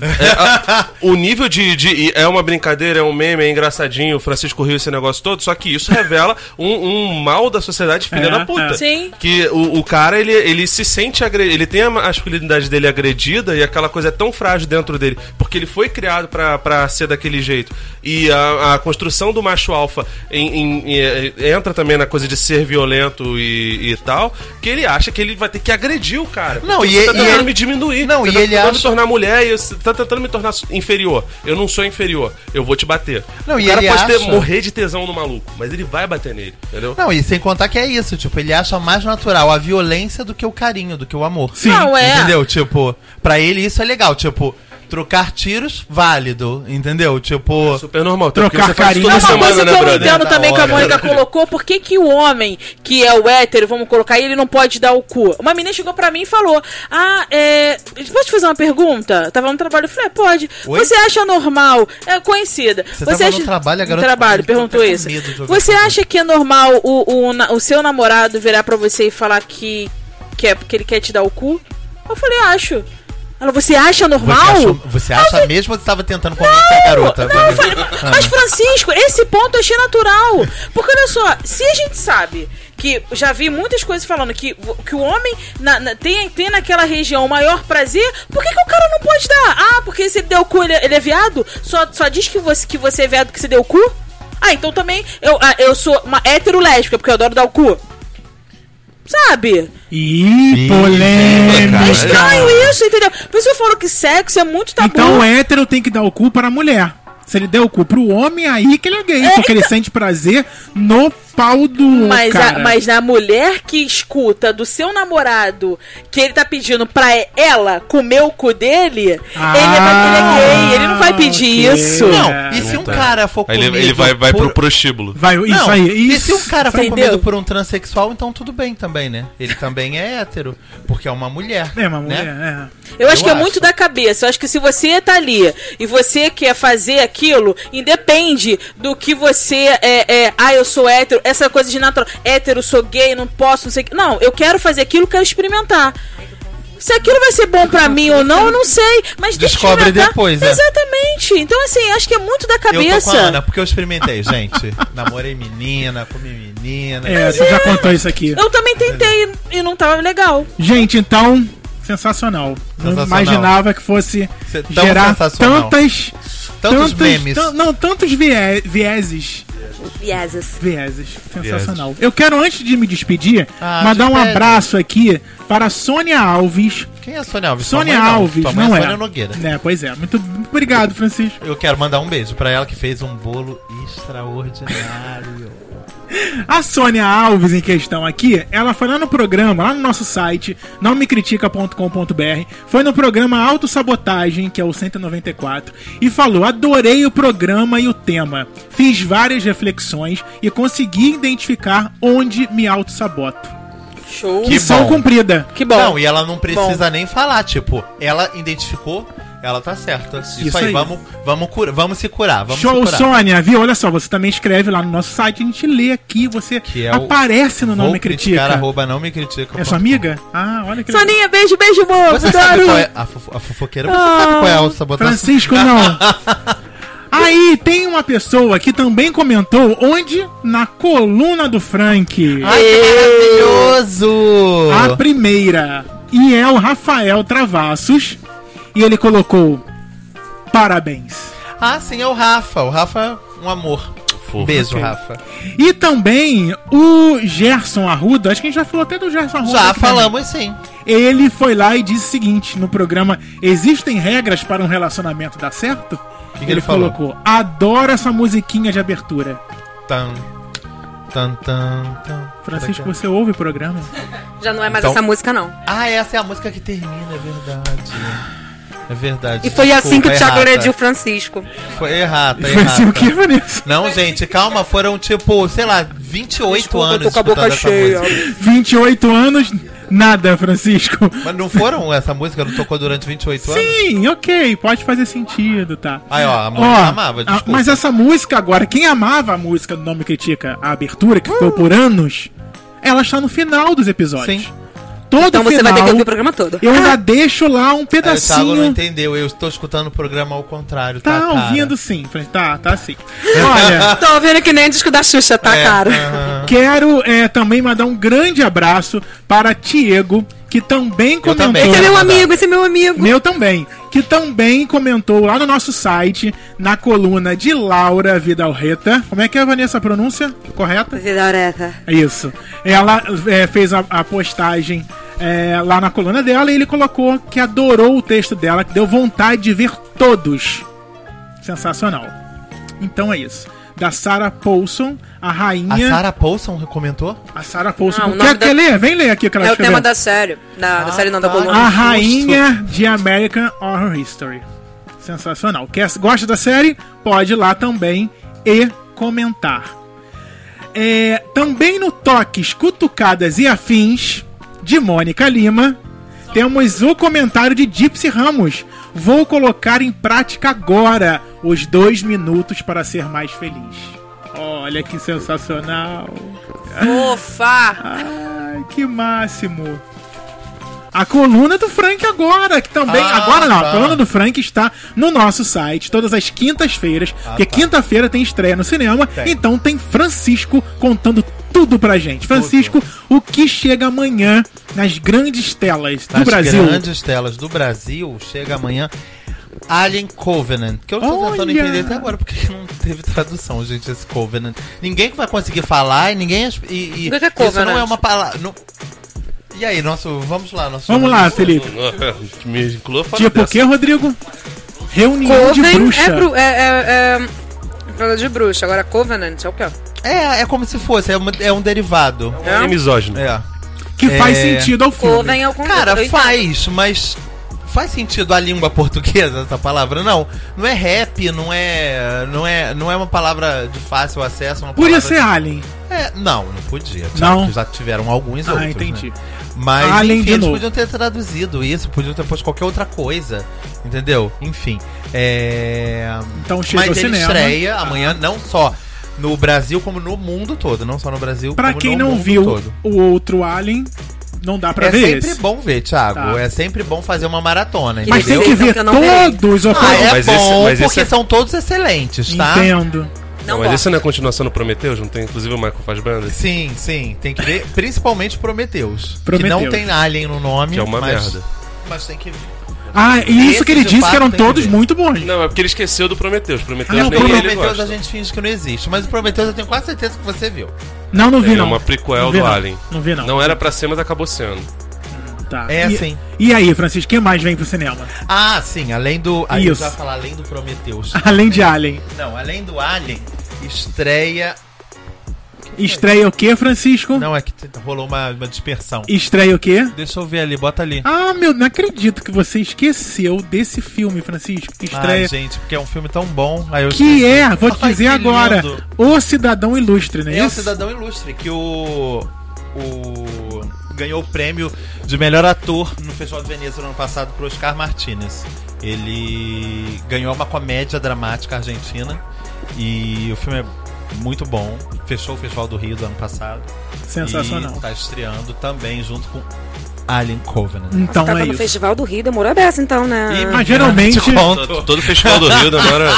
S5: É, a- o nível de, de- É uma brincadeira, é um meme, é engraçadinho, o Francisco Rio, esse negócio todo, só que isso revela um, um mal da sociedade filha
S1: É,
S5: da puta.
S1: é.
S4: Sim.
S5: Que o, o cara, ele, ele se sente agredido, ele tem a masculinidade dele agredida e aquela coisa é tão frágil dentro dele, porque ele foi criado pra, pra ser daquele jeito. E a, a construção do macho alfa em- em- em- eh, entra também na coisa de ser violento e, e tal, que ele acha que ele vai ter que agredir o cara.
S2: Não,
S5: Porque
S2: e é-
S5: você
S2: e-
S5: tá
S2: e
S5: tentando
S2: ele-
S5: me diminuir.
S2: Não,
S5: você
S2: e
S5: tá
S2: ele
S5: tentando
S2: acha-
S5: me tornar mulher e você tá tentando me tornar su- inferior. Eu não sou inferior, eu vou te bater.
S2: Não,
S5: o
S2: e
S5: cara
S2: ele
S5: pode ter-
S2: acha-
S5: morrer de tesão no maluco, mas ele vai bater nele, entendeu?
S2: Não, e sem contar que é isso, tipo, ele acha mais natural a violência do que o carinho, do que o amor.
S1: Sim.
S4: Não, é.
S2: Entendeu? Tipo, pra ele isso é legal, tipo, trocar tiros, válido, entendeu? Tipo,
S5: Super normal. até porque
S1: Trocar
S5: você faz
S1: carinho.
S5: toda
S1: Não,
S4: É Uma
S1: Essa
S5: semana,
S4: coisa que
S5: né,
S4: eu não
S5: brother?
S4: entendo
S2: Da
S4: também que a
S2: hora.
S4: Mônica colocou, por que, que o homem que é o hétero, vamos colocar, ele não pode dar o cu? Uma menina chegou pra mim e falou: Ah, é. Posso te fazer uma pergunta? Eu tava no trabalho, eu falei, "É, pode.
S2: Oi?
S4: Você acha normal? É conhecida.
S2: Você tava no
S4: acha-
S2: trabalho, a
S4: No
S2: garota-
S4: trabalho,
S2: Eu tô
S4: perguntou
S2: até com
S4: isso.
S2: medo de ouvir
S4: Você
S2: essa
S4: acha que é normal o, o, na- o seu namorado virar pra você e falar que, que é porque ele quer te dar o cu? Eu falei, acho. Ela, você acha
S2: você
S4: normal?
S2: acha, um, você acha mesmo ou você tava tentando convencer é a garota? Ah.
S4: Não, eu falei, mas- mas Francisco, esse ponto eu achei natural. Porque olha só, se a gente sabe que já vi muitas coisas falando que, vo- que o homem na- na- tem, tem naquela região o maior prazer, por que, que o cara não pode dar? Ah, porque se ele deu o cu, ele, ele é viado? Só, só diz que você, que você é viado que se deu o cu? Ah, então também eu, ah, eu sou uma hétero-lésbica, porque eu adoro dar o cu. Sabe?
S1: Ih,
S2: Ih,
S1: polêmica.
S4: É estranho isso, entendeu? Por isso que eu falo que sexo é muito tabu.
S1: Então o hétero tem que dar o cu para a mulher. Se ele der o cu pro homem, aí que ele é gay.
S4: É,
S1: porque ele sente prazer no pau do
S4: Mas, a,
S1: cara.
S4: mas na mulher que escuta do seu namorado que ele tá pedindo pra ela comer o cu dele,
S1: Ah,
S4: ele, vai, ele é gay, ele não vai pedir
S1: ok.
S4: isso.
S1: Não.
S2: e se um
S5: Então,
S2: cara for
S5: Aí
S2: comido
S5: ele, ele vai, vai
S2: por-
S5: pro prostíbulo.
S1: Vai, isso
S2: Não,
S1: aí.
S2: e
S1: Isso.
S2: se um cara for
S4: Entendeu?
S2: comido por um transexual, então tudo bem também, né? Ele também é hétero, porque é uma mulher.
S1: É, uma
S2: né?
S1: mulher, é.
S4: Eu acho
S2: Eu
S4: que é
S2: acho.
S4: muito da cabeça. Eu acho que se você tá ali e você quer fazer aquilo, independe do que você é, é, ah, eu sou hétero, essa coisa de natural, hétero, sou gay, não posso, não sei o que. Não, eu quero fazer aquilo, quero experimentar. Se aquilo vai ser bom pra mim ou não, eu não sei. Mas deixa eu
S2: Descobre
S4: experimentar.
S2: depois, é.
S4: Exatamente. Então, assim, acho que é muito da
S2: Eu tô com a
S4: cabeça.
S2: Ana, porque eu experimentei, gente. Namorei menina, comi menina. menina.
S1: É, você já contou isso aqui.
S4: Eu também tentei e- e não tava legal.
S1: Gente, então, sensacional. Não
S2: Sensacional.
S1: imaginava que fosse
S2: Cê- tão
S1: gerar
S2: sensacional.
S1: tantas.
S2: Tantos memes.
S1: tan- não, tantos vie- vieses.
S3: Vieses.
S1: Vieses. Sensacional. Eu quero, antes de me despedir,
S2: Ah,
S1: mandar um
S2: despede.
S1: abraço aqui para a Sônia Alves.
S2: Quem é a Sônia Alves?
S1: Sônia
S2: Tua mãe não.
S1: Alves,
S2: Tua mãe
S1: não é?
S2: Sônia Nogueira.
S1: É, pois é. Muito obrigado, Francisco.
S2: Eu quero mandar um beijo pra ela que fez um bolo extraordinário.
S1: A Sônia Alves em questão aqui, ela foi lá no programa, lá no nosso site, nãomecritica.com.br, foi no programa Autossabotagem, que é o 194, e falou: adorei o programa e o tema. Fiz várias reflexões e consegui identificar onde me autossaboto. Um
S4: Show.
S1: Que são
S2: bom.
S1: cumprida.
S4: Que bom.
S2: Não, e ela não precisa nem falar, tipo, ela identificou, ela tá certa. Isso,
S1: Isso
S2: aí,
S1: aí.
S2: vamos, vamos, cura, vamos se curar, vamos
S1: Show,
S2: se curar.
S1: Sônia, viu? Olha só, você também escreve lá no nosso site, a gente lê aqui, você
S2: Que é o-
S1: aparece no
S2: Vou
S1: Nome
S2: criticar,
S1: Critica.
S2: arroba, não me critica.
S1: É sua amiga? Ah, olha que legal.
S4: Soninha, beijo, beijo, amor.
S2: Você sabe qual é a, fofo- a fofoqueira? Você
S1: Ah,
S2: sabe qual é a sabotagem?
S1: Francisco, não. Aí tem uma pessoa que também comentou onde? Na coluna do Frank.
S2: Ai, que maravilhoso!
S1: A primeira. E é o Rafael Travassos. E ele colocou: Parabéns.
S2: Ah, sim, é o Rafa. O Rafa é um amor.
S5: Fofo.
S2: Beijo,
S5: Ok.
S2: Rafa.
S1: E também o Gerson Arruda. Acho que a gente já falou até do Gerson Arruda.
S2: Já
S1: aqui, né?
S2: falamos, sim.
S1: Ele foi lá e disse o seguinte no programa: Existem regras para um relacionamento dar certo?
S2: que ele falou?
S1: colocou: Adoro essa musiquinha de abertura.
S2: Tan, tan, tan, tan.
S1: Francisco,
S2: Tá
S1: você ouve o programa?
S3: Já não é mais
S2: Então-
S3: essa música, não.
S2: Ah, essa é a música que termina, é verdade. É verdade. é
S3: E foi assim que o Thiago
S2: errata.
S3: agrediu o Francisco.
S2: Foi errata,
S1: Vai ser o assim que,
S2: errata.
S1: Vanessa?
S2: Não, gente, calma, foram tipo, sei lá, 28
S6: Desculpa, eu
S2: anos
S6: tô com a boca
S2: escutando essa
S6: cheia.
S2: música.
S1: 28 anos, nada, Francisco.
S2: Mas não foram essa música, não tocou durante 28 anos?
S1: Sim, ok, pode fazer sentido, tá?
S2: Aí, ó, a
S1: Ó,
S2: mulher amava,
S1: a-
S2: desculpa.
S1: mas essa música agora, quem amava a música do Nome Critica, a abertura, que ficou por anos, ela está no final dos episódios.
S2: Uh! Sim.
S1: Todo
S3: Então você
S1: final,
S3: vai ter que ouvir o programa todo. Ah,
S1: eu ainda deixo lá um
S2: Aí o Thiago né? não
S1: pedacinho.
S2: entendeu, eu estou escutando o programa ao contrário,
S1: Tá
S2: tá? cara?
S1: ouvindo sim, Fran- tá, tá sim. Olha,
S3: Tô ouvindo que nem disco da Xuxa, tá,
S2: É,
S3: cara?
S2: aham.
S1: Quero eh, também mandar um grande abraço para Tiego, que também comentou.
S2: também.
S3: Esse é meu
S2: Tá.
S3: amigo, esse é meu amigo.
S1: Meu também. Que também comentou lá no nosso site, na coluna de Laura Vidalreta. Como é que é, Vanessa, a pronúncia correta?
S3: Vidoreta.
S1: É Isso. Ela eh, fez a, a postagem eh, lá na coluna dela e ele colocou que adorou o texto dela, que deu vontade de ver todos. Sensacional. Então é isso. Da Sarah Paulson, a
S2: A
S1: rainha.
S2: Sarah Paulson comentou?
S1: A Sarah Paulson.
S3: Ah, o
S1: Quer,
S3: nome
S1: quer
S3: da-
S1: ler? Vem ler aqui o que ela
S3: É o
S1: escreveu.
S3: tema da série. Da, da série não, da
S2: tá.
S3: coluna.
S1: A
S2: Justo.
S1: Rainha de American Horror History. Sensacional. Quer, gosta da série? Pode ir lá também e comentar. É, também no Toques, Cutucadas e Afins, de Mônica Lima, temos o comentário de Gypsy Ramos. Vou colocar em prática agora os dois minutos para ser mais feliz. Olha que sensacional.
S4: Fofa.
S1: Ai, que máximo. A coluna do Frank agora, que também.
S2: Ah,
S1: agora não,
S2: tá.
S1: a coluna do Frank está no nosso site todas as quintas-feiras. porque
S2: tá.
S1: quinta-feira tem estreia no cinema.
S2: Tem.
S1: Então tem Francisco contando tudo pra gente. Francisco, o que chega amanhã nas grandes telas do
S2: Nas
S1: Brasil?
S2: grandes telas do Brasil, chega amanhã Alien Covenant, que eu tô tentando
S1: Olha!
S2: entender até agora porque não teve tradução, gente, esse Covenant. Ninguém que vai conseguir falar e ninguém... E, e-
S3: O que
S2: Isso
S3: é
S2: não
S3: Covenant?
S2: é uma palavra... não- E aí, nosso... Vamos lá, nosso...
S1: Vamos lá,
S2: jornalista.
S1: Felipe.
S5: é, Me inclua fora
S1: Tipo o
S5: dessa.
S1: quê, Rodrigo? Reunião de
S3: Coven
S1: bruxa.
S3: é, bru é, é, é- Fala de bruxa. Agora Covenant é o quê?
S2: É, é como se fosse, é, uma- é um derivado.
S5: É misógino.
S2: É.
S1: Que faz
S2: É.
S1: sentido ao filme.
S3: Coven é o contrário.
S2: Cara,
S3: Eu entendo.
S2: faz, mas... Faz sentido a língua portuguesa essa palavra? Não. Não é rap, não é... Não é, não é uma palavra de fácil acesso. Uma
S1: Podia
S2: palavra
S1: ser Alien.
S2: É, não, não podia. Já,
S1: Não?
S2: Já tiveram alguns
S1: Ah,
S2: outros.
S1: entendi. Ah,
S2: né? Mas
S1: Além
S2: enfim,
S1: de
S2: eles
S1: novo.
S2: podiam ter traduzido isso, podiam ter posto qualquer outra coisa. Entendeu? Enfim. É...
S1: Então chega ao
S2: Mas ele
S1: cinema.
S2: estreia amanhã, não só no Brasil, como no mundo todo. Não só no Brasil,
S1: Pra
S2: como
S1: quem
S2: no
S1: não
S2: mundo
S1: viu
S2: todo.
S1: o outro Alien, não dá pra
S2: É
S1: ver
S2: sempre
S1: esse.
S2: bom ver, Thiago.
S1: Tá.
S2: É sempre bom fazer uma maratona,
S1: Mas tem
S2: entendeu?
S1: que
S3: Então
S1: ver
S3: que eu não verei.
S1: todos, ok?
S2: Ah, é
S5: mas esse-
S2: bom,
S5: mas esse
S2: porque
S5: é-
S2: são todos excelentes, tá?
S1: Entendo.
S3: Não
S5: mas
S3: gosto.
S5: esse não é a continuação do Prometheus? Não tem inclusive o Michael Fassbender?
S2: Sim, sim. Tem que ver, principalmente Prometeus. Que
S1: Prometheus.
S2: não tem alien no nome.
S5: Que é uma
S2: mas,
S5: merda.
S2: Mas tem que ver.
S1: Ah, e isso
S2: Esse,
S1: que ele
S2: de
S1: disse
S2: fato,
S1: que eram
S2: tem que
S1: todos
S2: ver.
S1: muito bons.
S5: Não, é porque ele esqueceu do Prometheus. Prometheus
S1: Ah, não,
S5: nem ele
S2: Prometeus
S5: gosta.
S2: a gente finge que não existe. Mas o Prometeus eu tenho quase certeza que você viu.
S1: Não, não vi
S5: É
S1: não.
S5: uma prequel
S1: Não vi,
S5: do
S1: não.
S5: Alien.
S1: Não vi não.
S5: Não era pra ser, mas acabou sendo.
S1: Tá.
S2: É
S1: e,
S2: assim.
S1: E aí, Francisco, quem mais vem pro cinema?
S2: Ah, sim. Além do... Aí
S1: Isso.
S2: eu já ia falar além do Prometeus.
S1: Além de Alien.
S2: não, além do Alien, estreia...
S1: Estreia o quê, Francisco?
S2: Não, é que t- rolou uma, uma dispersão.
S1: Estreia o quê?
S2: Deixa eu ver ali, bota ali.
S1: Ah, meu, não acredito que você esqueceu desse filme, Francisco. Que estreia.
S2: Ah, gente, porque é um filme tão bom. Aí eu
S1: que
S2: esqueci.
S1: é, vou te
S2: Ai,
S1: dizer
S2: que
S1: agora,
S2: lindo.
S1: O Cidadão Ilustre, não é,
S2: É o
S1: isso?
S2: Cidadão Ilustre, que o. o ganhou o prêmio de melhor ator no Festival de Veneza no ano passado pro Oscar Martinez. Ele ganhou uma comédia dramática argentina e o filme é muito bom. Fechou o Festival do Rio do ano passado.
S1: Sensacional.
S2: E tá estreando também junto com Alien Covenant.
S1: Então
S3: Tava
S1: é
S3: tá no
S1: isso.
S3: Festival do Rio, demorou dessa então, né?
S2: E-
S1: Mas Ah, geralmente.
S2: Te conto.
S5: Todo, todo festival do Rio demora.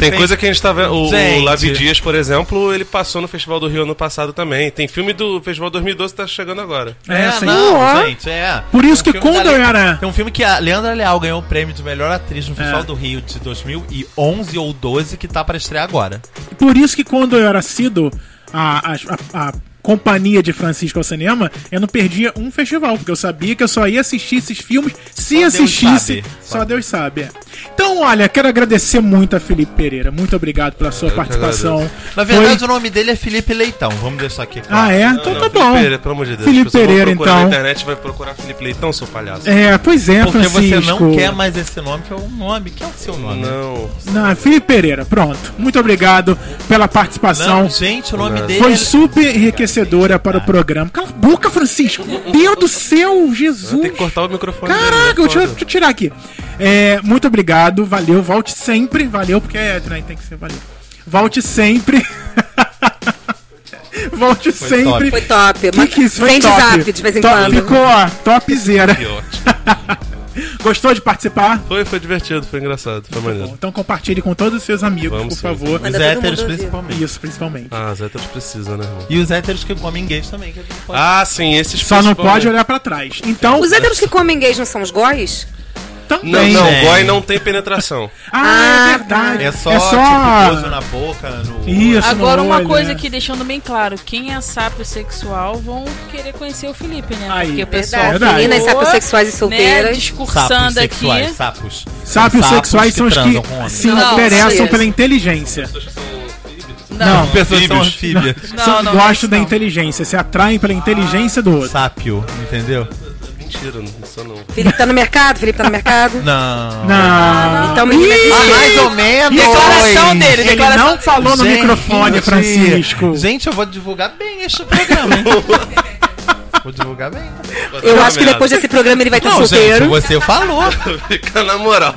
S5: Tem coisa que a gente tá vendo. O, o
S2: Gente.
S5: Lavi Dias, por exemplo, ele passou no Festival do Rio ano passado também. Tem filme do Festival 2012 que tá chegando agora.
S1: É,
S2: É,
S1: assim,
S2: não,
S3: Ó.
S2: gente, é.
S1: Por isso
S2: Tem
S1: que
S2: filme da
S1: quando eu
S2: Le-
S1: era-
S2: Tem um filme que a Leandra Leal ganhou o prêmio de melhor atriz no
S1: É.
S2: Festival do Rio de 2011 ou 12, que tá pra estrear agora.
S1: Por isso que quando eu era sido a, a, a- a companhia de Francisco ao cinema, eu não perdia um festival, porque eu sabia que eu só ia assistir esses filmes se
S2: Só Deus
S1: assistisse.
S2: sabe.
S1: Só
S2: Sabe.
S1: Deus sabe. é. Então, olha, quero agradecer muito a Felipe Pereira. Muito obrigado pela sua
S5: que
S1: participação.
S2: Na verdade,
S1: Foi-
S2: o nome dele é Felipe Leitão. Vamos deixar aqui claro.
S1: Ah, é? então tá
S5: Felipe
S1: bom.
S5: Pereira, pelo amor de Deus.
S1: Felipe
S5: As pessoas vão
S1: Pereira,
S5: procurar
S1: então.
S5: Na internet vai procurar Felipe Leitão, seu palhaço.
S1: É, pois é,
S2: Porque
S1: Francisco.
S2: você não quer mais esse nome, que é um nome. Que é o seu nome?
S5: Não.
S1: Não, Felipe Pereira, pronto. Muito obrigado pela participação.
S2: Não, gente, o nome dele.
S1: Foi
S2: é-
S1: super enriquecedora para o programa. Cala a boca, Francisco! Meu Deus do céu,
S5: Tem
S1: Jesus!
S5: Ah. que cortar o microfone. dele,
S1: Caraca, deixa
S5: é
S1: eu,
S5: foda.
S1: deixa eu tirar aqui. É, muito obrigado, valeu, volte sempre. Valeu, porque é, né, tem que ser valeu. Volte sempre. volte sempre.
S3: Foi top.
S1: Que
S3: Mas
S1: que isso foi
S3: vende
S1: top.
S3: zap de vez em
S1: Top-
S3: quando.
S1: Ficou, ó, topzera.
S5: Que ótimo.
S1: Gostou de participar?
S5: Foi, foi divertido, foi engraçado, foi
S1: Bom,
S5: maneiro.
S1: então compartilhe com todos os seus amigos,
S5: Vamos
S1: por
S5: sim.
S1: favor.
S2: Os
S3: Manda é todo
S2: héteros,
S3: mundo ouvir.
S2: principalmente.
S1: Isso, principalmente.
S5: Ah, as héteros precisam, né, irmão?
S2: E os héteros que comem gays também. Que a gente pode...
S5: Ah, sim, esses
S1: Só não
S5: principalmente.
S1: pode olhar pra trás. Então,
S3: Os héteros que comem gays não são os góis?
S1: também.
S5: Não, não,
S2: Tem.
S5: goi não tem penetração.
S1: Ah,
S7: tá.
S1: é
S3: Ah,
S1: verdade.
S2: É só, tipo, coisa na boca. No...
S1: Isso,
S7: Agora,
S1: no
S7: uma
S1: olho,
S7: coisa
S1: né?
S7: aqui, deixando bem claro: quem é sábio sexual vão querer conhecer o Felipe, né?
S1: Aí,
S7: Porque
S1: verdade.
S7: o pessoal.
S1: Verdade.
S7: ficou,
S3: Meninas sapiosexuais e
S7: Né,
S3: solteiras.
S2: Sapos
S7: discursando aqui.
S2: sexuais, sapos.
S1: Sábios
S2: Sapos
S1: sexuais são os
S2: transam com
S1: que
S2: homens.
S1: se
S7: Não,
S1: interessam
S7: isso.
S1: pela inteligência.
S7: Não,
S1: Não.
S2: Pessoas são
S5: Anfíbios.
S2: anfíbias.
S7: Não,
S1: São-
S7: não,
S1: gostam
S7: não.
S1: da
S7: Ah,
S1: inteligência, se atraem pela inteligência do outro.
S2: Sápio, entendeu?
S5: Mentira, não sou não.
S3: Felipe tá no mercado, Felipe tá no mercado.
S2: Não.
S1: Não.
S3: Então, meninas.
S2: Ah, mais ou menos.
S7: Declaração dele,
S1: Ele
S7: declaração
S1: não é falou no
S2: Gente,
S1: microfone, Francisco.
S2: Gente, eu vou divulgar bem este programa. hein? vou divulgar bem.
S3: Eu acho que depois desse programa ele vai estar solteiro.
S2: você falou.
S5: Fica na moral.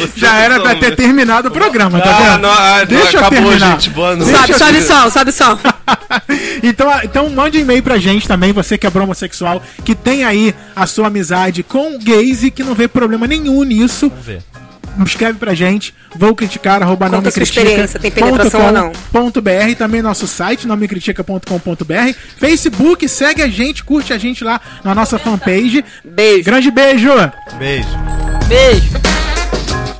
S5: Você
S1: Já era
S5: não
S1: pra
S5: são,
S1: ter
S5: né?
S1: terminado o programa, tá
S5: Ah,
S1: vendo?
S5: não, ah, não,
S1: Deixa eu
S5: acabou,
S1: terminar.
S5: gente. Boa noite.
S3: Sobe, sobe o som, sobe o som.
S1: então, ah, então mande e-mail pra gente também, você que é homossexual, que tem aí a sua amizade com gays e que não vê problema nenhum nisso.
S2: Vamos ver.
S1: escreve pra gente, vou criticar, arroba
S3: Conta
S1: não me
S3: sua
S1: critica,
S3: experiência, tem penetração
S1: ponto
S3: ou
S1: com,
S3: não.
S1: ponto .br, também nosso site, não me critica.com.br, Facebook, segue a gente, curte a gente lá na nossa fanpage.
S3: Beijo.
S1: Grande beijo!
S2: Beijo.
S7: Beijo.